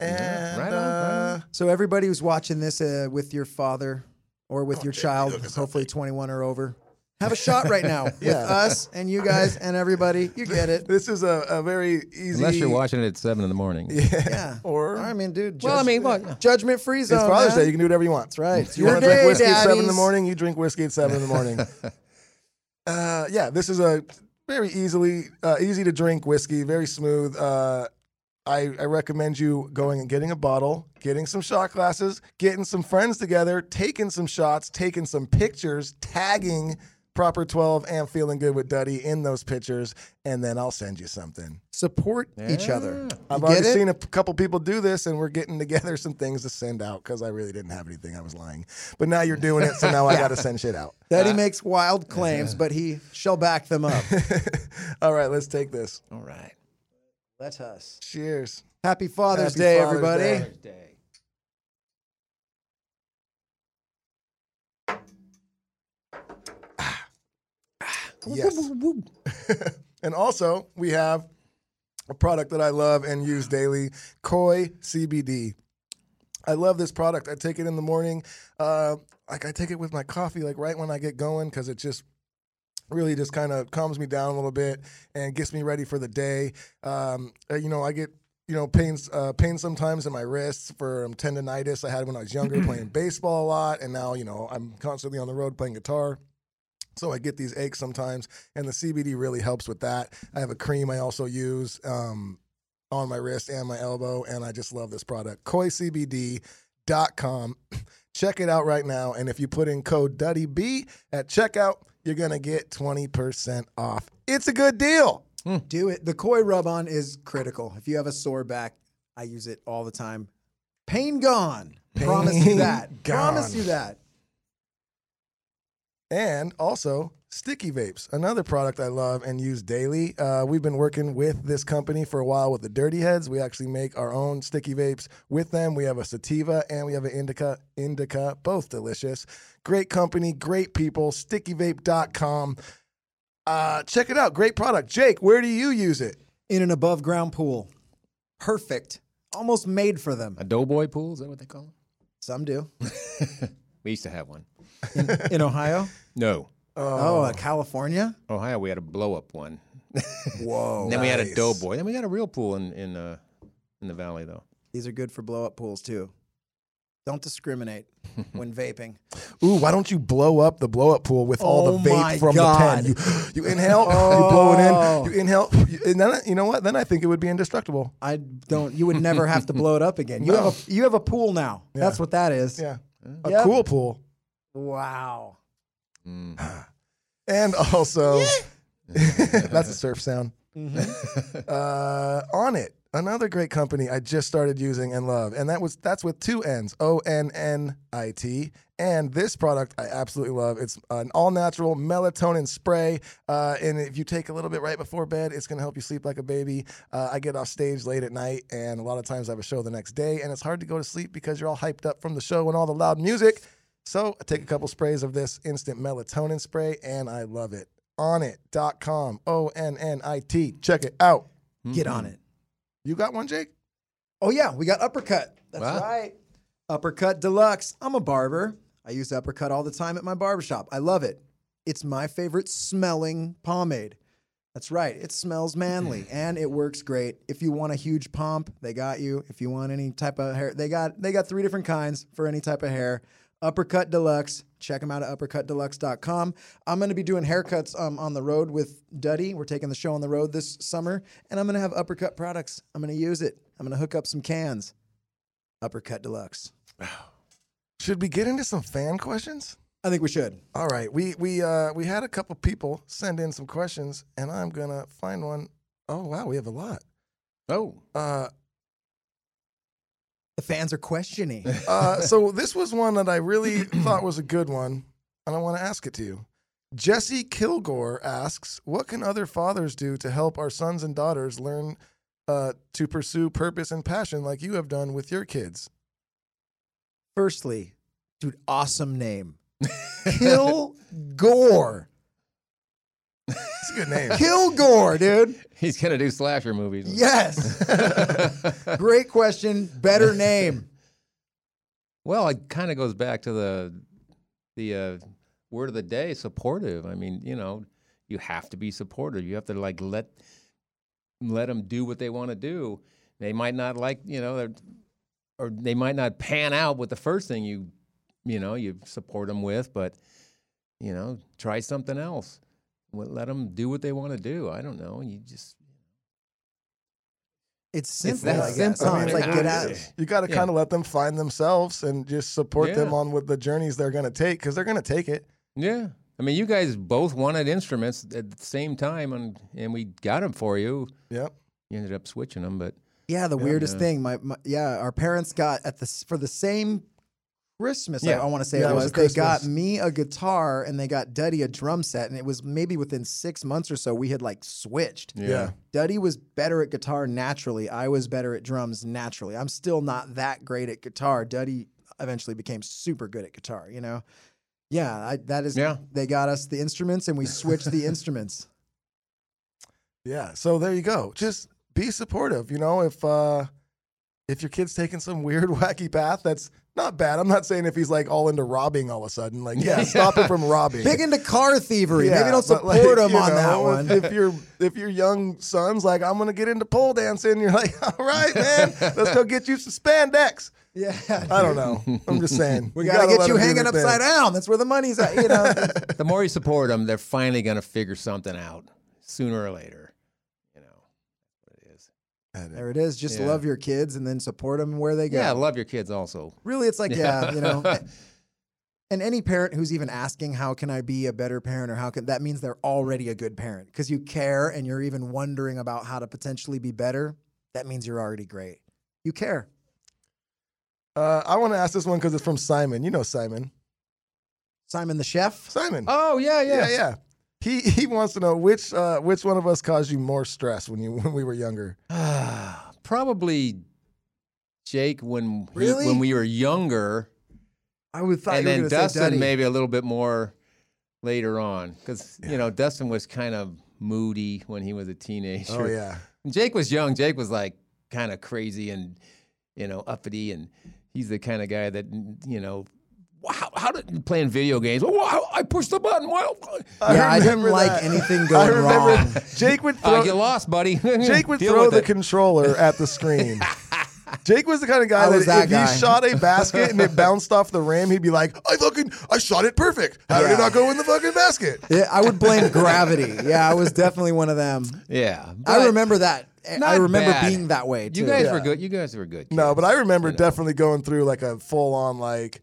And
right on, right on.
uh,
So everybody who's watching this uh, with your father or
Oh,
with your child, hopefully 21 or over, have a shot right now with us and you guys and everybody. You get it.
this is a, a very easy.
unless you're watching it at seven in the morning.
Yeah.
Or-
I mean, dude.
Well, I mean,
judgment-
what-
Judgment free zone.
It's Father's
man.
Day. You can do whatever you want.
That's right.
You
Your
want to drink
day,
whiskey at seven in the
daddies.
morning? You drink whiskey at seven in the morning. uh, yeah, this is a very easily uh, easy to drink whiskey. Very smooth. Uh, I, I recommend you going and getting a bottle, getting some shot glasses, getting some friends together, taking some shots, taking some pictures, tagging proper 12 and feeling good with Duddy in those pictures, and then I'll send you something.
Support each other.
I've
You
already
get it?
seen a p- couple people do this, and we're getting together some things to send out because I really didn't have anything. I was lying, but now you're doing it, so now I got to send shit out.
That he makes wild claims, but he shall back them up.
All right, let's take this.
All right.
Let us.
Cheers.
Happy Father's
Happy
Day,
Father's
everybody.
Day. Yes. and also, we have a product that I love and use daily Koi CBD. I love this product. I take it in the morning. Uh, like, I take it with my coffee, like right when I get going, because it just really just kind of calms me down a little bit and gets me ready for the day. Um, uh, you know, I get you know pains uh, pain sometimes in my wrists for um, tendonitis I had when I was younger playing baseball a lot, and now you know I'm constantly on the road playing guitar. So I get these aches sometimes, and the CBD really helps with that. I have a cream I also use um, on my wrist and my elbow, and I just love this product. KoiCBD.com. Check it out right now, and if you put in code DuddyB at checkout, you're gonna get 20% off. It's a good deal.
Do it. The koi rub on is critical. If you have a sore back, I use it all the time. Pain gone. Promise you
Pain
that. Promise
gone.
you that.
and also sticky vapes another product i love and use daily uh, we've been working with this company for a while with the dirty heads we actually make our own sticky vapes with them we have a sativa and we have an indica indica both delicious great company great people stickyvape.com uh, check it out great product jake where do you use it
In an above ground pool. Perfect. Almost made for them.
A doughboy pool is that what they call it?
Some do.
We used to have one.
In Ohio?
No,
Oh, uh, California?
Ohio we had a blow up one.
Whoa.
then we had a
nice.
doughboy. Then we got a real pool in in uh, in the valley though.
These are good for blow up pools too. Don't discriminate when vaping.
Ooh, why don't you blow up the blow up pool with all
Oh
the
my
vape from
God. Oh.
the pen? You, you inhale, you blow it in, you inhale, you, and then I- you know what? Then I think it would be indestructible.
I don't. You would never have to blow it up again. You have a you have a pool now. That's what that is.
Yeah, a
Yep.
cool pool,
Wow.
and also that's a surf sound. uh, on it, another great company I just started using and love, and that was that's with two N's, O N N I T. And this product I absolutely love. It's an all natural melatonin spray, uh, and if you take a little bit right before bed, it's gonna help you sleep like a baby. Uh, I get off stage late at night, and a lot of times I have a show the next day, and it's hard to go to sleep because you're all hyped up from the show and all the loud music. So I take a couple sprays of this instant melatonin spray, and I love it. Onnit.com, O N N I T. Check it out.
Get on it.
You got one, Jake?
Oh yeah, we got uppercut. That's
Wow.
right. Uppercut deluxe. I'm a barber. I use uppercut all the time at my barbershop. I love it. It's my favorite smelling pomade. That's right. It smells manly and it works great. If you want a huge pomp, they got you. If you want any type of hair, they got they got three different kinds for any type of hair. Uppercut Deluxe. Check them out at uppercutdeluxe.com. I'm going to be doing haircuts um, on the road with Duddy. We're taking the show on the road this summer, and I'm going to have uppercut products. I'm going to use it. I'm going to hook up some cans. Uppercut Deluxe.
Should we get into some fan questions?
I think we should.
All right, we we uh, we had a couple people send in some questions, and I'm gonna find one. Oh wow, we have a lot.
Oh,
Uh,
The fans are questioning.
uh, so this was one that I really thought was a good one, and I want to ask it to you. Jesse Kilgore asks, "What can other fathers do to help our sons and daughters learn uh, to pursue purpose and passion like you have done with your kids?"
Firstly, dude, awesome name. Kill Gore.
It's a good name.
Kill Gore, dude.
he's gonna do slasher movies.
Yes. Great question. Better name.
Well, it kind of goes back to the the uh, word of the day: supportive. I mean, you know, you have to be supportive. You have to like let let them do what they want to do. They might not like, you know, they're- or they might not pan out with the first thing you you know you support them with, but you know, try something else. Well, Let them do what they want to do. I don't know. You just It's
It's simple.
that
I guess.
simple.
It's like get out.
You got to
Yeah.
kind of let them find themselves and just support them
Yeah.
on what the journeys they're going to take because they're going to take it.
Yeah. I mean, you guys both wanted instruments at the same time, and, and we got them for you.
Yep.
You ended up switching them, but
Yeah, the weirdest
yeah.
thing. My, my yeah, our parents got at this for the same Christmas. I-
Yeah.
I, want to say
Yeah,
it
it was
was.
a
They got
Christmas.
me a guitar and they got Duddy a drum set, and it was maybe within six months or so we had like switched.
yeah.
Yeah.
Duddy was better at guitar naturally. I was better at drums naturally. I'm still not that great at guitar. Duddy eventually became super good at guitar, you know? Yeah, I, that is.
Yeah.
They got us the instruments and we switched the instruments.
Yeah. So there you go. Just be supportive. You know, if uh, if your kid's taking some weird, wacky path, that's not bad. I'm not saying if he's like all into robbing all of a sudden, like, yeah, stop it from robbing.
Big into car thievery.
Yeah,
Maybe don't
but,
support
like,
him
you
on that
know,
one.
If, if your if your young son's like, I'm gonna get into pole dancing, you're like, all right, man, let's go get you some spandex.
yeah.
I don't know. I'm just saying.
We
You
gotta,
let
get you
them do
hanging
their thing.
upside down. That's where the money's at. You know,
The more you support them, they're finally going to figure something out sooner or later. You know, what it is.
there it is. Just
Yeah.
love your kids and then support them where they go.
Yeah. love your kids also.
really, it's like yeah, you know. And any parent who's even asking how can I be a better parent or how can that means they're already a good parent because you care and you're even wondering about how to potentially be better. That means you're already great. You care.
Uh, I want to ask this one because it's from Simon. You know Simon.
Simon the chef.
Simon.
oh, yeah,
Mm. yeah, yeah. He he wants to know which uh, which one of us caused you more stress when you when we were younger.
Ah, Probably Jake when he-
Really?
when we were younger,
I would thought
and
you
then
were going to say Duddy.
Dustin maybe a little bit more later on because you know Dustin was kind of moody when he was a teenager.
Oh yeah,
Jake was young. Jake was like kind of crazy and you know uppity, and he's the kind of guy that you know. Wow, how did playing video games? Oh, wow, I pushed the button. Wow,
yeah, I didn't
remember
like
that.
anything
I
going
remember
wrong.
Jake would throw
uh, you lost, buddy.
Jake would
Deal
throw
with
the
it.
controller at the screen. Jake was the kind of guy
I
that,
was that
if
guy.
he shot a basket and it bounced off the rim, he'd be like, "I fucking, I shot it perfect. How did
Yeah.
it not go in the fucking basket?"
Yeah, I would blame gravity. Yeah, I was definitely one of them.
Yeah,
I
but
remember that. I
not
remember
bad.
being that way too.
You guys
Yeah.
were good. You guys were good.
No,
kids.
but I remember definitely going through like a full on like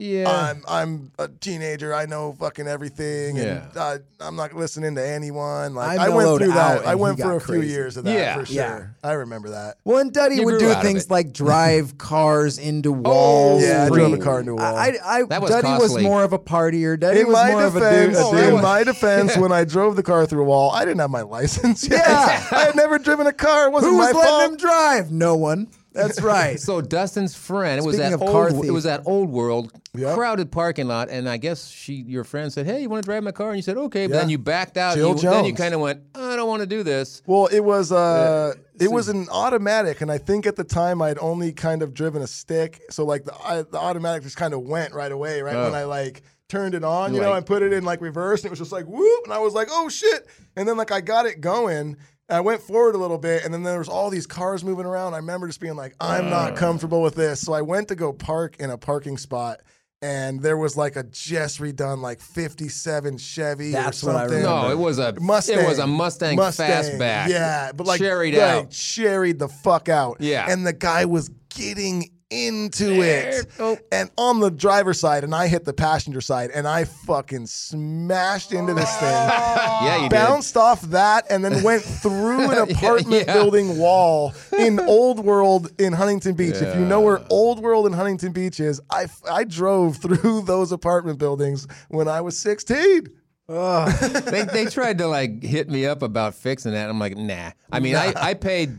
Yeah,
I'm I'm a teenager. I know fucking everything, and uh, I'm not listening to anyone. Like
I
I, went
mellowed
through
out
that.
and
I
he
went for
got
a few
crazy.
years of that
Yeah.
for sure.
Yeah.
I remember that.
Well, and Duddy
You
would
grew
do
out of
things
it.
like drive cars into walls.
Yeah, I
Free.
drove a car into a wall.
I, I,
That was
Duddy was
costly.
more of a partier. Duddy
in
was
my
more
defense,
of a dude.
that
in
was-
my defense, when I drove the car through a wall, I didn't have my license. Yet.
Yeah.
I had never driven a car. It wasn't
Who
my
was letting
fault.
him drive? No one. That's right.
So Dustin's friend, it was
Speaking
that
of car
old, it
thief.
was that old world
Yep.
crowded parking lot, and I guess she, your friend, said, "Hey, you want to drive my car?" And you said, "Okay," but
Yeah.
then you backed out.
Jill
you, Then you
Jones.
kind of went, "I don't want to do this."
Well, it was uh, it was an automatic, and I think at the time I'd only kind of driven a stick, so like the I, the automatic just kind of went right away, right when
Oh.
I like turned it on, you know, I
Like-
put it in like reverse, and it was just like whoop, and I was like, oh shit, and then like I got it going. and I went forward a little bit, and then there was all these cars moving around. I remember just being like, "I'm
Ah.
not comfortable with this," so I went to go park in a parking spot, and there was like a just redone like '57 Chevy
That's
or
what I
something.
No, it was a
Mustang.
It was a Mustang, fastback.
Yeah, but like
Cherried
like,
out.
cherried the fuck out.
Yeah.
and the guy was getting into it,
oh.
and on the driver's side, and I hit the passenger side, and I fucking smashed into this thing.
yeah, you did.
Bounced off that and then went through an apartment
yeah.
building wall in Old World in Huntington Beach. If you know where Old World in Huntington Beach is, I, f- I drove through those apartment buildings when I was 16.
they, they tried to like hit me up about fixing that. I'm like, nah. I mean, I, I paid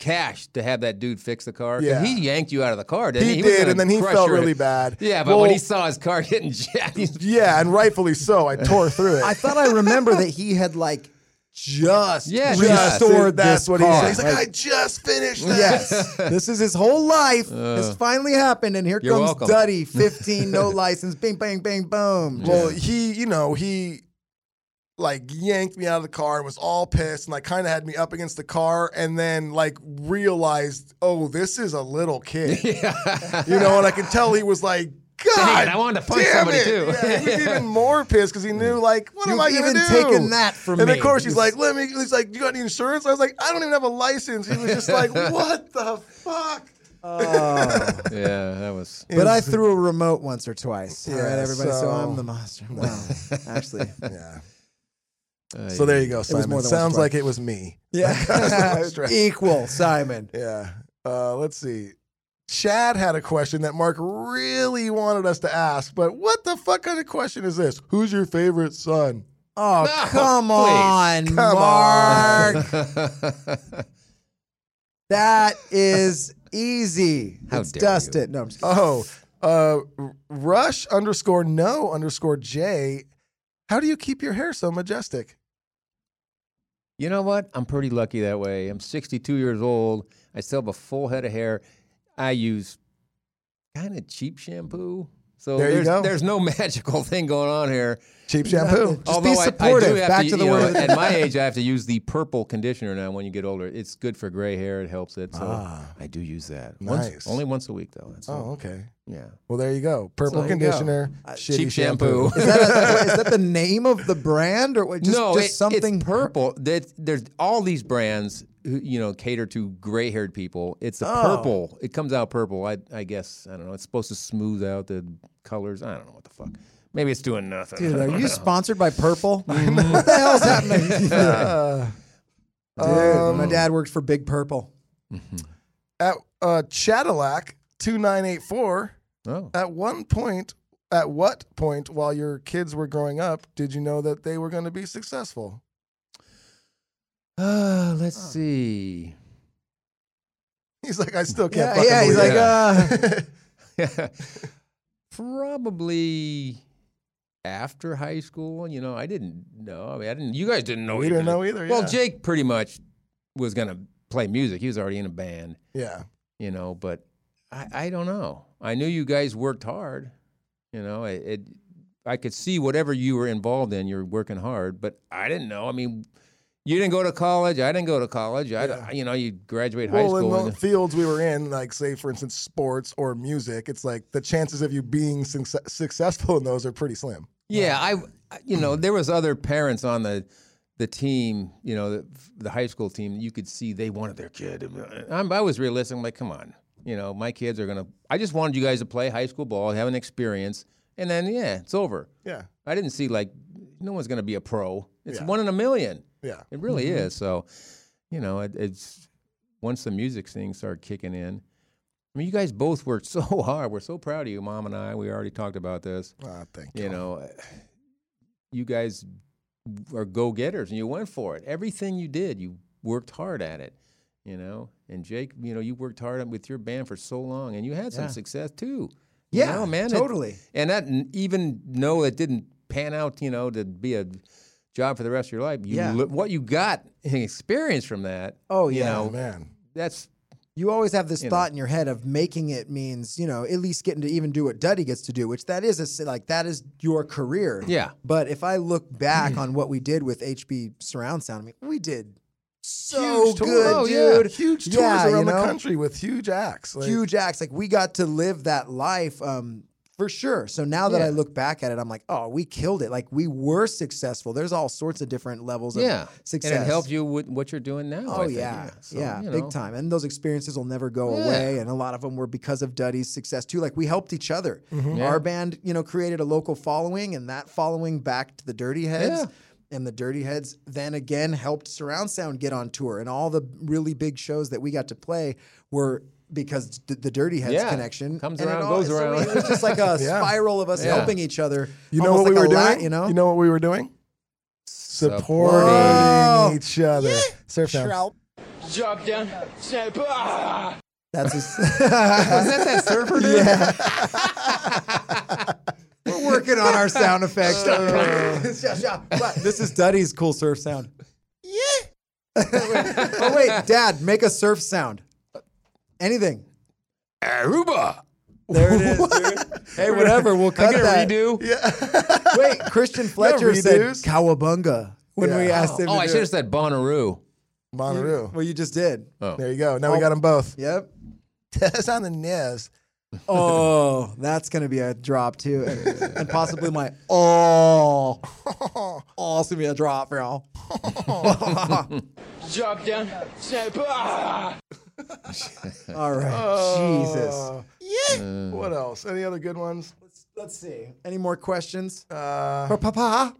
cash to have that dude fix the car. 'cause
Yeah.
He yanked you out of the car, didn't he?
He,
was
did,
gonna
and then he
crush
felt
your-
really bad.
Yeah, but
Well,
when he saw his car getting jacked, he's
Yeah, and rightfully so. I tore through it.
I thought I remember that he had like just
Yeah,
Yes,
restored
that's
this
what
car.
he said. He's like, I just finished that.
"Ah, yes, this is his whole life. has finally happened, and here
You're
comes
welcome.
Duddy, fifteen, no license, bing, bang, bang, boom.
Well, he, you know, he like yanked me out of the car and was all pissed and like kind of had me up against the car and then like realized, oh, this is a little kid. You know, and I could tell he was like, God,
Dang it, I wanted to punch
damn
somebody
it."
too.
Yeah, he was even more pissed because he knew, like, what am
You've
I going
even
to do?
taken that from
and
me.
of course, he's like, let me. He's like, you got any insurance? I was like, I don't even have a license. He was just like, what the fuck?
Oh.
yeah, that was.
But I threw a remote once or twice. all
Yeah,
right, everybody. So,
so-
I'm the monster. No, actually,
Yeah.
Uh,
So there you go, Simon.
more than once
Sounds
or
like it was me.
yeah, equal Simon.
Yeah. Uh, let's see. Chad had a question that Mark really wanted us to ask, but what the fuck kind of question is this? Who's your favorite son?
Oh,
No,
come
please.
on,
Come
Mark. That is easy.
How
it's
dare
dust
you.
it. No, I'm just kidding.
Oh, uh, R- Rush underscore no underscore J. How do you keep your hair so majestic?
you know what? I'm pretty lucky that way. I'm 62 years old. I still have a full head of hair. I use kind of cheap shampoo. So
There you
there's,
go.
there's no magical thing going on here.
Cheap shampoo.
Just be supportive. Back to the
you
word of the
at my age, I have to use the purple conditioner now. When you get older, it's good for gray hair. It helps it. So I do use that. Once-
Nice.
only once a week though. That's all.
Oh, okay.
Yeah.
Well, there you go. Purple
there you go. Uh,
conditioner, shitty
Cheap shampoo.
Is that, a, is that the name of the brand or what? Just,
no,
just
it-
something
it's purple. That there's all these brands who you know cater to gray-haired people. It's a purple. It comes out purple. I I guess I don't know. It's supposed to smooth out the colors. I don't know what the fuck. Maybe it's doing nothing.
Dude, are you sponsored by Purple?
Mm-hmm.
what the hell's happening? Dude,
Um,
my dad worked for Big Purple.
At uh, Cadillac 2984,
oh.
At one point, at what point while your kids were growing up did you know that they were going to be successful?
Uh, let's see.
He's like, I still can't.
Yeah, yeah, he's like,
believe
uh,
like,
Probably after high school. You know, I didn't know. I mean, I didn't. You guys didn't know.
we
either.
didn't know either.
Well,
yeah.
Jake pretty much was gonna play music. He was already in a band.
yeah,
you know but i, I don't know i knew you guys worked hard you know it, it i could see whatever you were involved in you're working hard but i didn't know i mean You didn't go to college. I didn't go to college. I,
Yeah.
you know, you graduate high
Well, in
school.
the
and
fields we were in, like say for instance sports or music, it's like the chances of you being suc- successful in those are pretty slim.
yeah, I, I- you know, there was other parents on the, the team, you know, the, the high school team. You could see they wanted their kid. uh, I'm, I was realistic. I'm like, come on, you know, my kids are gonna. I just wanted you guys to play high school ball, have an experience, and then yeah, it's over.
Yeah,
I didn't see like no one's gonna be a pro. It's
Yeah.
one in a million.
yeah.
It really is. So, you know, it, it's once the music things start kicking in. I mean, you guys both worked so hard. We're so proud of you, mom and I. We already talked about this.
Ah, thank you.
You know, you guys are go getters, and you went for it. Everything you did, you worked hard at it. You know, and Jake, you know, you worked hard with your band for so long, and you had some
Yeah.
success too. You
Yeah,
know, man, it-
totally.
and that n- even though it didn't pan out, you know, to be a job for the rest of your life, you
Yeah.
li- what you got and experience from that.
Oh,
you
yeah.
know,
oh man,
that's
You always have this
You know.
thought in your head of making it means, you know, at least getting to even do what Duddy gets to do, which that is a, s- like that is your career.
Yeah. Mm.
But if I look back on what we did with HB Surround Sound, I mean, we did so
huge tours.
good,
Oh, yeah.
dude.
Huge tours
Yeah,
around
you
the
know?
country with huge acts. Like,
huge acts. Like we got to live that life um, for sure. So now that I
Yeah.
look back at it, I'm like, oh, we killed it. Like we were successful. There's all sorts of different levels of
yeah,
success.
and it helped you with what you're doing now. I
Oh
think.
yeah,
So,
yeah,
you know,
big time. And those experiences will never go
Yeah.
away. And a lot of them were because of Duddy's success too. Like we helped each other.
Mm-hmm.
Our band, you know, created a local following, and that following backed the Dirty Heads.
Yeah.
And the Dirty Heads then again helped Surround Sound get on tour, and all the really big shows that we got to play were because d- the Dirty Heads
Yeah.
connection
Comes
and it
around,
all-
goes
so
around.
It was just like a
Yeah.
spiral of us
Yeah.
helping each other.
You know what
almost
we
like
were
a lat,
doing?
you know,
you know what we were doing? Supporting
Whoa.
each other. Surf down.
Drop down, snap. Ah!
that's his,
was that that surfer dude?
We're working on our sound effects. Shut up. What? this is Duddy's cool surf sound. Yeah. oh wait, Dad, make a surf sound. Anything.
Aruba.
There it is, dude. hey, whatever. We'll cut
Get a
that.
redo.
Wait, Christian Fletcher said
redos.
cowabunga when we
Yeah.
asked him.
Oh,
to
I
do
should
it.
have said Bonnaroo.
Bonnaroo.
Well, you just did.
There you go. Now we got them both.
Yep.
That's on the Nez.
Oh, that's gonna be a drop too, and possibly my oh, oh, it's gonna be a drop, bro.
Drop down, snap. Ah!
All right, Jesus.
Oh. Yeah. What else? Any other good ones?
Let's see. Any more questions
Uh,
for Papa?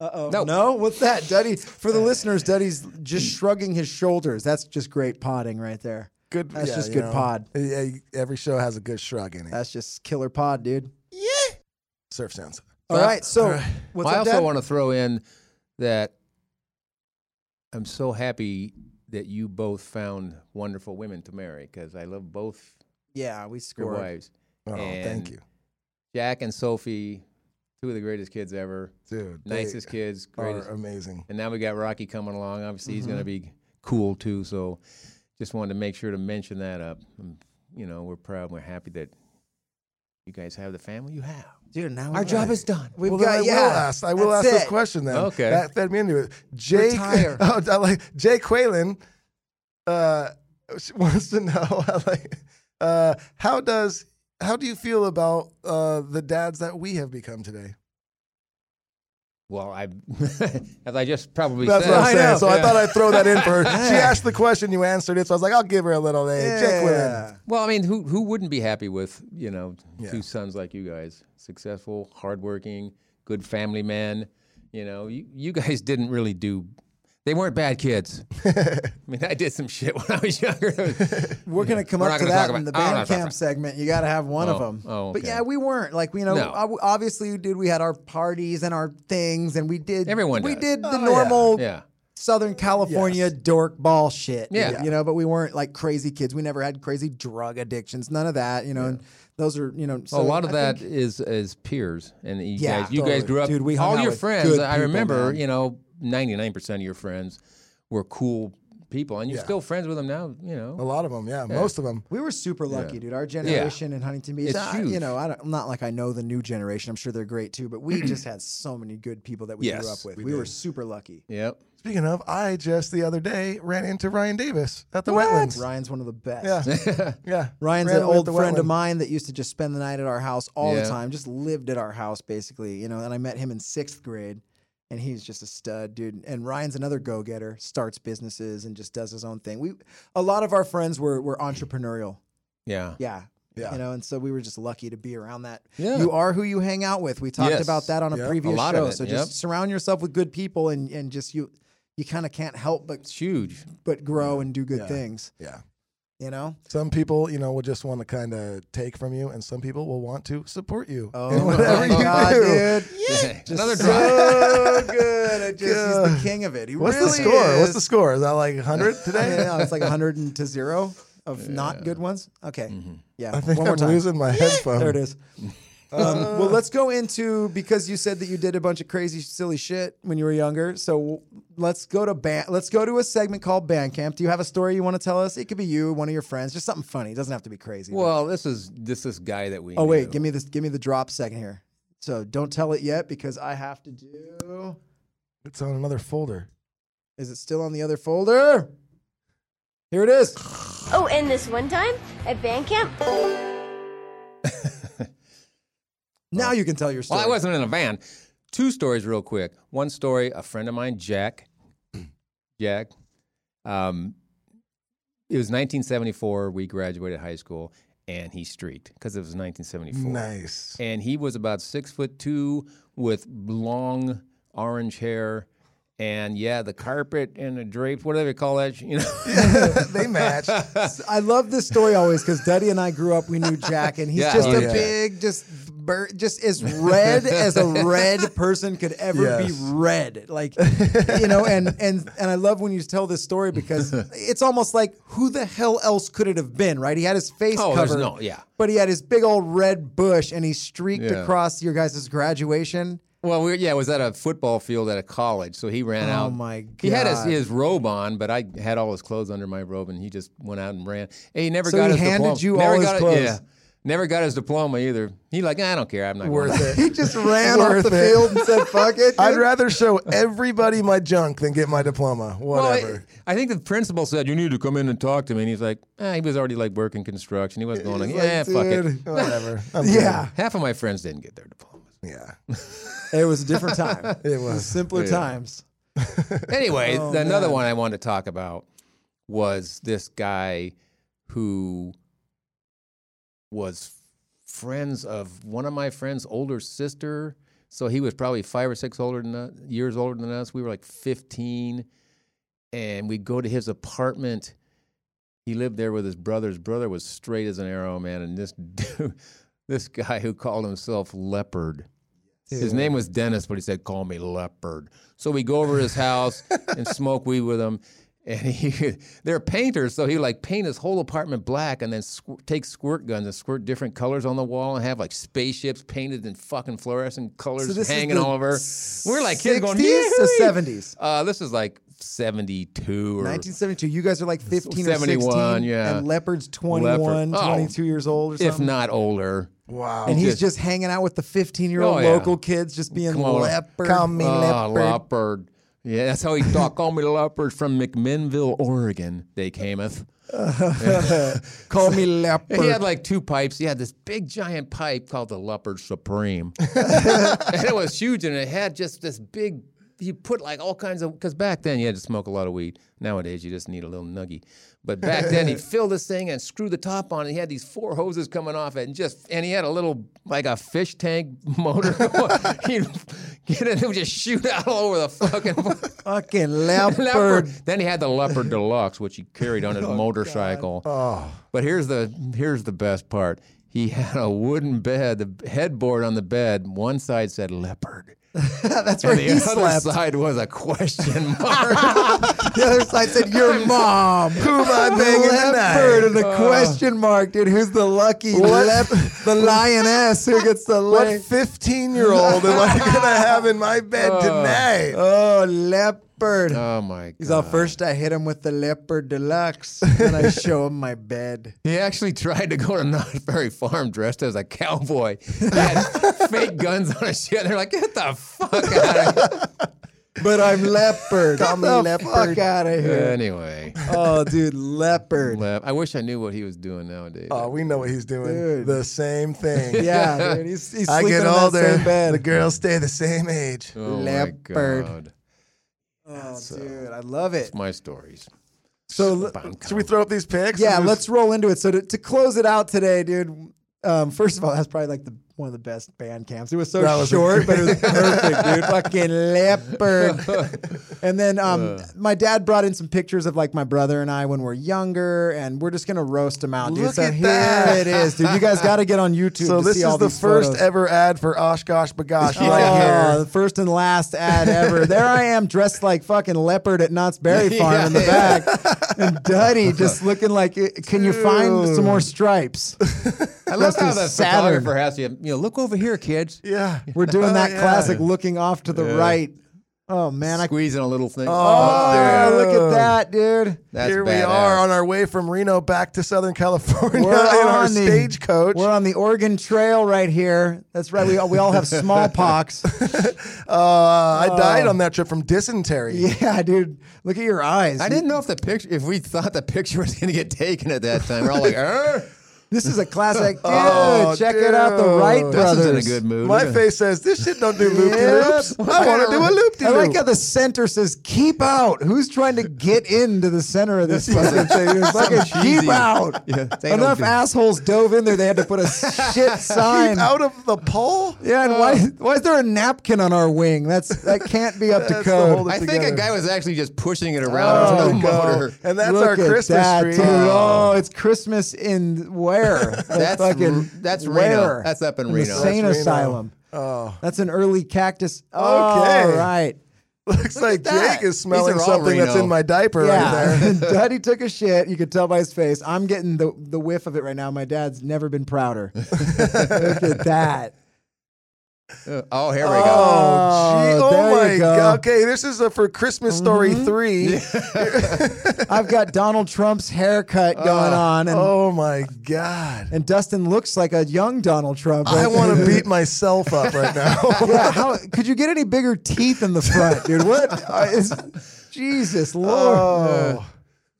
uh oh.
No.
No? What's that? Duddy, for the listeners, Duddy's just shrugging his shoulders. That's just great podding right there.
good.
That's
yeah,
just
you
good
know.
pod.
Yeah, every show has a good shrug in it.
That's just killer pod, dude.
Surf sounds.
All right. So, what's
I
up,
also
Dad?
want to throw in that I'm so happy that you both found wonderful women to marry because I love both
yeah, we
your
scored.
wives.
Oh,
And
thank you,
Jack and Sophie, two of the greatest kids ever,
dude. they
nicest kids, greatest.
Are amazing.
and now we got Rocky coming along. Obviously, he's going to
Mm-hmm.
be cool too. So, just wanted to make sure to mention that up. Um, you know, we're proud. We're happy that you guys have the family you have.
Dude, now
Our
we
job
got-
is done.
We've
Well, then
got,
I
yeah.
will ask. I will
that's
ask this
it.
question then.
Okay.
That fed me into it. Jake,
Retire.
oh, I like Jay Quaylen, uh, she wants to know I like, uh, how does how do you feel about uh, the dads that we have become today?
Well, I, as I just probably
That's
said,
what I'm saying.
know.
So I
Yeah.
thought I'd throw that in for her. She
Yeah.
asked the question, you answered it. So I was like, I'll give her a little. Hey, Jake Quaylen.
Yeah.
Well, I mean, who who wouldn't be happy with you know
Yeah.
two sons like you guys, successful, hardworking, good family men. You know, you, you guys didn't really do. They weren't bad kids. I mean, I did some shit when I was younger.
We're gonna come
We're
up
not gonna talk
to that
about-
in
I
the
don't
band
wanna talk
camp
about-
segment. You got to have one of
Oh,
them.
oh,
But
okay.
yeah, we weren't like you know.
No.
ob- Obviously, dude, we had our parties and our things, and we did.
Everyone
We
does.
did the
Oh, yeah.
normal
yeah,
Southern California dork ball shit.
Yeah.
you know. But we weren't like crazy kids. We never had crazy drug addictions. None of that. You know. And those are you know. So
a lot of
I
that
think-
is is peers, and you
Yeah,
guys, you guys
totally.
grew up.
Dude, we hung
all
out
your
with
friends.
good
I
people,
remember,
man.
you know, ninety nine percent of your friends were cool people, and you're
Yeah.
still friends with them now. You know,
A lot of them, yeah, most of them.
We were super lucky, dude. Our generation in Huntington Beach,
It's
I-
huge.
you know, I don't, not like I know the new generation. I'm sure they're great too, but we just had so many good people that we grew
Yes,
up with.
we
We, were super lucky.
yep.
Speaking of, I just the other day ran into Ryan Davis at the wetlands.
Ryan's one of the best.
Yeah, yeah.
Ryan's
Ran
an
with
old
the
friend of
wetland.
mine that used to just spend the night at our house all
Yeah.
the time, just lived at our house basically, you know. And I met him in sixth grade, and he's just a stud, dude. And Ryan's another go getter, starts businesses and just does his own thing. We, a lot of our friends were were entrepreneurial,
Yeah.
yeah.
Yeah.
You know, and so we were just lucky to be around that.
Yeah.
You are who you hang out with. We talked
Yes.
about that on a
Yep.
previous
A lot of
show.
it,
So
yep.
just surround yourself with good people and, and just you you kind of can't help but
It's huge.
but grow and do good
Yeah.
things,
Yeah.
you know?
Some people, you know, will just want to kind of take from you, and some people will want to support you. in
Oh
whatever
my
you
god,
do.
dude.
Another
so
drive.
good. It just, he's the
God.
king of it. He
What's
really
the score?
Is.
What's the score? Is that like 100
I
today?
don't know, it's like 100 and to 0 of not good ones. Okay. Yeah.
I think
One
I'm
more time.
losing my headphone.
There it is. Um, well, let's go into because you said that you did a bunch of crazy, silly shit when you were younger. So let's go to band. Let's go to a segment called Bandcamp. Do you have a story you want to tell us? It could be you, one of your friends, just something funny. It doesn't have to be crazy.
Well, this is this this guy that we.
oh wait,
knew.
give me this. Give me the drop second here. So don't tell it yet because I have to do.
It's on another folder.
Is it still on the other folder? Here it is.
Oh, and this one time at band camp,
Now you can tell your story.
Well, I wasn't in a van. Two stories, real quick. One story: a friend of mine, Jack. Jack. Um, it was 1974. We graduated high school, and he streaked because it was 1974.
Nice.
And he was about six foot two with long orange hair. And yeah, the carpet and the drapes, whatever you call that, you know.
they matched.
I love this story always because Duddy and I grew up. We knew Jack, and he's
Yeah.
just
Oh,
a
yeah.
big, just bur- just as red as a red person could ever be
Yes.
red. Like you know, and and and I love when you tell this story because it's almost like who the hell else could it have been, right? He had his face
Oh, there's
covered,
no- yeah.
but he had his big old red bush, and he streaked
Yeah.
across your guys' graduation.
well, we, yeah, it was at a football field at a college, so he ran
Oh,
out.
my
He had his,
God.
his robe on, but I had all his clothes under my robe, and he just went out and ran. And he never
So
got
he
his
handed
diploma.
you
never
all his
got it-
clothes.
yeah, never got his diploma either. He like, I don't care. I'm not
Worth
going.
it.
He just ran off
Worth
the
it.
field and said, "Fuck it."
I'd
dude."
rather show everybody my junk than get my diploma.
Well,
Whatever.
I, I think the principal said you need to come in and talk to me, and he's like, eh, he was already like working construction. He wasn't going. Like,
Like,
yeah, fuck it.
dude, Whatever. I'm
Yeah,
Half of my friends didn't get their diplomas.
good. Yeah.
it was a different time.
It was.
Simpler times.
Anyway, another one I wanted to talk about was this guy who was friends of one of my friend's older sister. So he was probably five or six older than us, years older than us. We were like 15. And we'd go to his apartment. He lived there with his brother. His brother was straight as an arrow, man. And this dude, this guy who called himself Leopard. His name was Dennis, but he said, "Call me Leopard." So we go over to his house and smoke weed with him. And he, they're painters, so he like paint his whole apartment black, and then squ- take squirt guns and squirt different colors on the wall, and have like spaceships painted in fucking fluorescent colors
this is
hanging
the
all over. We're like kids going,
60s or
"Yay!"
70s?
Uh, this is like seventy-two or
1972. You guys are like 15 or
71,
16.
yeah.
And Leopard's 21,
Leopard. Oh.
22 years old or
if
something.
not older.
Wow.
and he's
just-
just hanging out with the 15 year old
Oh, yeah.
local kids, just being
Come on.
Leopard.
Call me
Ah,
leopard.
leopard. Yeah, that's how he talked. Call me leopard from McMinnville, Oregon. They cameth.
Call me Leopard.
He had like two pipes. He had this big giant pipe called the Leopard Supreme. and it was huge and it had just this big he put like all kinds of because back then you had to smoke a lot of weed. Nowadays you just need a little nuggy. But back then he'd fill this thing and screw the top on it. He had these four hoses coming off it and just and he had a little like a fish tank motor. he'd get it and it would just shoot out all over the fucking
Fucking Leopard. Oh,
leopard. Then he had the leopard deluxe, which he carried on his motorcycle. But here's the here's the best part. He had a wooden bed. The headboard on the bed. One side said leopard.
That's where
And the
he
other
slept.
side was a question mark.
The other side said, Your mom. Who am I
banging
Leopard added
Ah.
a question mark, dude. Who's the lucky
What-
lep- the lioness who gets the
What
lay?
15 year old am I going to have in my bed tonight?
Oh, leopard.
Oh my god.
He's all first. I hit him with the leopard deluxe, and I show him my bed.
He actually tried to go to Knott's Berry Farm dressed as a cowboy. He had fake guns on his shit. They're like, get the fuck out of here.
But I'm leopard. Call me
the
leopard. Fuck out of here.
Anyway,
Oh, dude, leopard.
left. I wish I knew what he was doing nowadays.
Oh, we know what he's doing.
Dude.
The same thing.
Yeah, dude. He's, he's
I
sleeping
get
in that
older.
same bed.
The girls stay the same age.
oh
leopard.
My, god.
Oh, dude, I love it.
my stories.
So, l-
Bang.
Should we throw up these pics?
yeah,
Or
let's roll into it. So, to, to close it out today, dude. Um, first of all, that's probably like the one of the best band camps. It was so
That was a-
short, but it was perfect, dude. Fucking leopard. and then um,
Uh.
my dad brought in some pictures of like my brother and I when we're younger, and we're just gonna roast them out, dude.
Look
so
at
here
that.
it is, dude. You guys got to get on YouTube.
So
to
this
see
is
all
the
these
first
photos.
ever ad for Oshkosh Bagosh
Oh,
right here.
the first and last ad ever. there I am, dressed like fucking leopard at Knott's Berry Farm in the back, and Duddy just looking like. "Eh, Can you find some more stripes?
I love how
as
the
Saturn.
photographer has you. You know, look over here, kids.
Yeah.
We're doing
Oh,
that
yeah.
classic looking off to the right. Oh man, I
Squeezing a little thing.
oh,
dude.
look at that, dude.
That's
here we
badass.
are on our way from Reno back to Southern California
We're
in our
on the-
stagecoach.
We're on the Oregon Trail right here. That's right. We all, we all have smallpox.
Uh, I died on that trip from dysentery.
yeah, dude. Look at your eyes.
I didn't know if the picture, if we thought the picture was going to get taken at that time. We're all like, er.
This is a classic. Dude,
Oh,
check it out. The
dude.
Wright
Dustin's
brothers.
in a good mood.
My
Look at-
face says, this shit don't do loop loops.
Yep.
I want to do a loop de
I like how
loop.
the center says "keep out." Who's trying to get into the center of this fucking thing? It's
Some
fucking keep
cheesy-
out.
Yeah, they don't
Enough
do-
assholes dove in there. They had to put a shit sign.
Out of the pole? Oh
Yeah, and why why is there a napkin on our wing? That's that can't be up to
That's the whole-
code.
I think
together. Oh,
a guy was actually just pushing it around
There
with
we
no
go.
motor.
And that's
Look
our
at
Christmas
that,
tree.
dude. Oh, it's Christmas in where?
That's
fucking
R- that's
where?
Reno. That's up in
the
Reno. That's
Sane
Reno.
asylum.
Oh.
That's an early cactus. Okay.
Okay.
All right.
Looks like
that.
Jake is
These
smelling
are all
something that's
Reno.
in my diaper right there.
Yeah. Daddy took a shit. You could tell by his face. I'm getting the, the whiff of it right now. My dad's never been prouder. Look at that.
Uh, Oh, here we go.
Oh, gee.
Oh,
oh
there
my
you go.
God. Okay, this is a, for Christmas Story 3.
I've got Donald Trump's haircut going on, and,
Oh, my God.
and Dustin looks like a young Donald Trump.
I
right
want to
there.
beat myself up right now.
Yeah, how, could you get any bigger teeth in the front, dude? What is Jesus Lord?
Oh.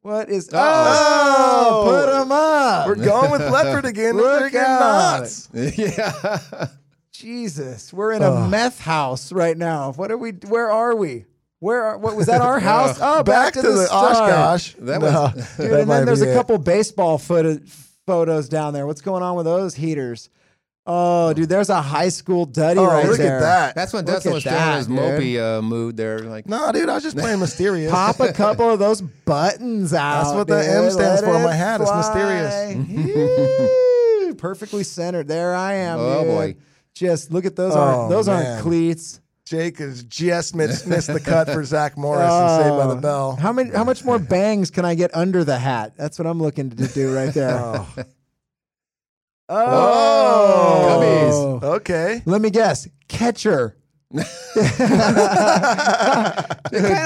What is
Uh-oh.
oh, put 'em up?
We're going with leopard again. Look
Look
freaking
out.
nuts.
yeah.
Jesus, we're in a meth house right now. What are we? Where are we? Where are, what was that? Our house? Oh,
Back, to, the,
start.
Oshkosh.
That was-
No,
Dude,
that
and
might
then there's
be
a
it.
couple baseball photo, photos down there. What's going on with those heaters? Oh, dude, there's a high school duddy
Oh,
right
look
there.
at that.
That's when
Look
Dustin
at
was still in
that,
his
dude.
mopey uh, mood there. Like,
No, dude, I was just playing mysterious.
Pop a couple of those buttons out.
what the
dude.
M stands
Let
for on
it
my hat. It's Mm-hmm.
fly. Yee, Perfectly centered. There I am.
Oh,
dude.
boy.
Just look at those.
Oh,
aren't, those
man.
aren't cleats.
Jake has just missed, missed the cut for Zach Morris and Saved by the
Oh.
Bell.
How many? How much more bangs can I get under the hat? That's what I'm looking to do right there. oh.
Oh. Okay.
Let me guess. Catcher.
it kind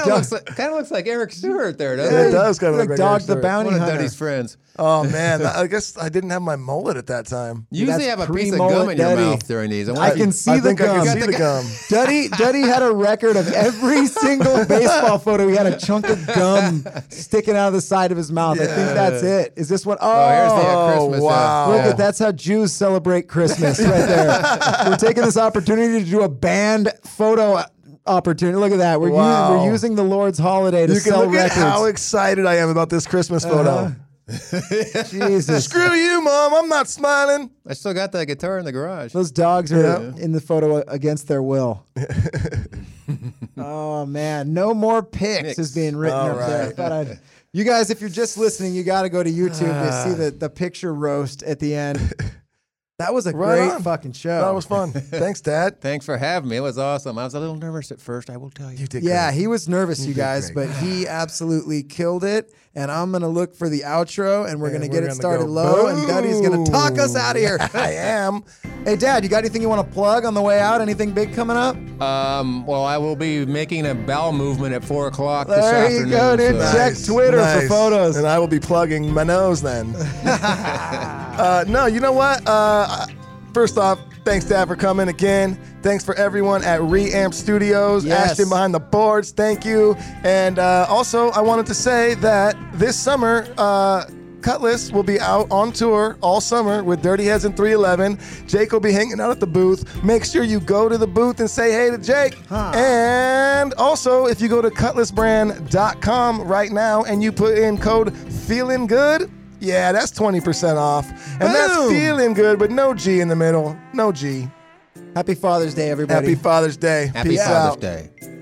of looks like kind of looks like Eric Stewart there, doesn't
It
it?
does kind of look
Like
like
dog
Eric
the
Stewart.
bounty
One of
hunter.
Duddy's friends.
Oh man, I guess I didn't have my mullet at that time.
You usually
that's
have a piece of
pre-mullet
gum in your
Duddy.
mouth during these. wonder
I
if you-
can see
I
the
think I
gum.
can see the gum.
Duddy, Duddy had a record of every single baseball photo. He had a chunk of gum sticking out of the side of his mouth. I think that's it. Is this what? Oh,
here's the uh, Christmas. uh,
wow.
Look at that's how Jews celebrate Christmas right there. we're taking this opportunity to do a band photo opportunity. Look at that. We're,
Wow.
using, we're using the Lord's holiday to
You can
sell
look
records.
at how excited I am about this Christmas photo.
Jesus.
Uh-huh. Screw you, mom. I'm not smiling.
I still got that guitar in the garage.
Those dogs are in the photo against their will. oh man, no more pics is being written up there. I thought I'd- you
Ah.
guys, if you're just listening, you got to go to YouTube to see the, the picture roast at the end. That was a
Right
great
on.
fucking show.
That was fun. Oh. Thanks, Dad.
Thanks for having me. It was awesome. I was a little nervous at first, I will tell you.
You did
yeah,
great.
he was nervous, you
did
guys,
great.
but he absolutely killed it. And I'm gonna look for the outro, and we're
And
gonna
we're
get it
gonna
started
go,
low, and Duddy's gonna talk us out of here.
I am.
hey, Dad, you got anything you want to plug on the way out? Anything big coming up?
Um, well, I will be making a bowel movement at four o'clock this
There you
afternoon.
go, dude.
so-
Check Twitter for photos.
And I will be plugging my nose then. uh, no, you know what? Uh, first off, thanks, Dad, for coming again. Thanks for everyone at Reamp Studios,
Yes.
Ashton behind the boards. Thank you. And uh, also, I wanted to say that this summer, uh, Cutlass will be out on tour all summer with Dirty Heads and 311. Jake will be hanging out at the booth. Make sure you go to the booth and say hey to Jake. And also, if you go to cutlassbrand.com right now and you put in code feeling good, yeah, that's 20% off. And that's
Boom.
feeling good, but no G in the middle. No G.
Happy Father's Day, everybody.
Happy Father's Day.
uh, Happy
Peace
Father's
out.
Day.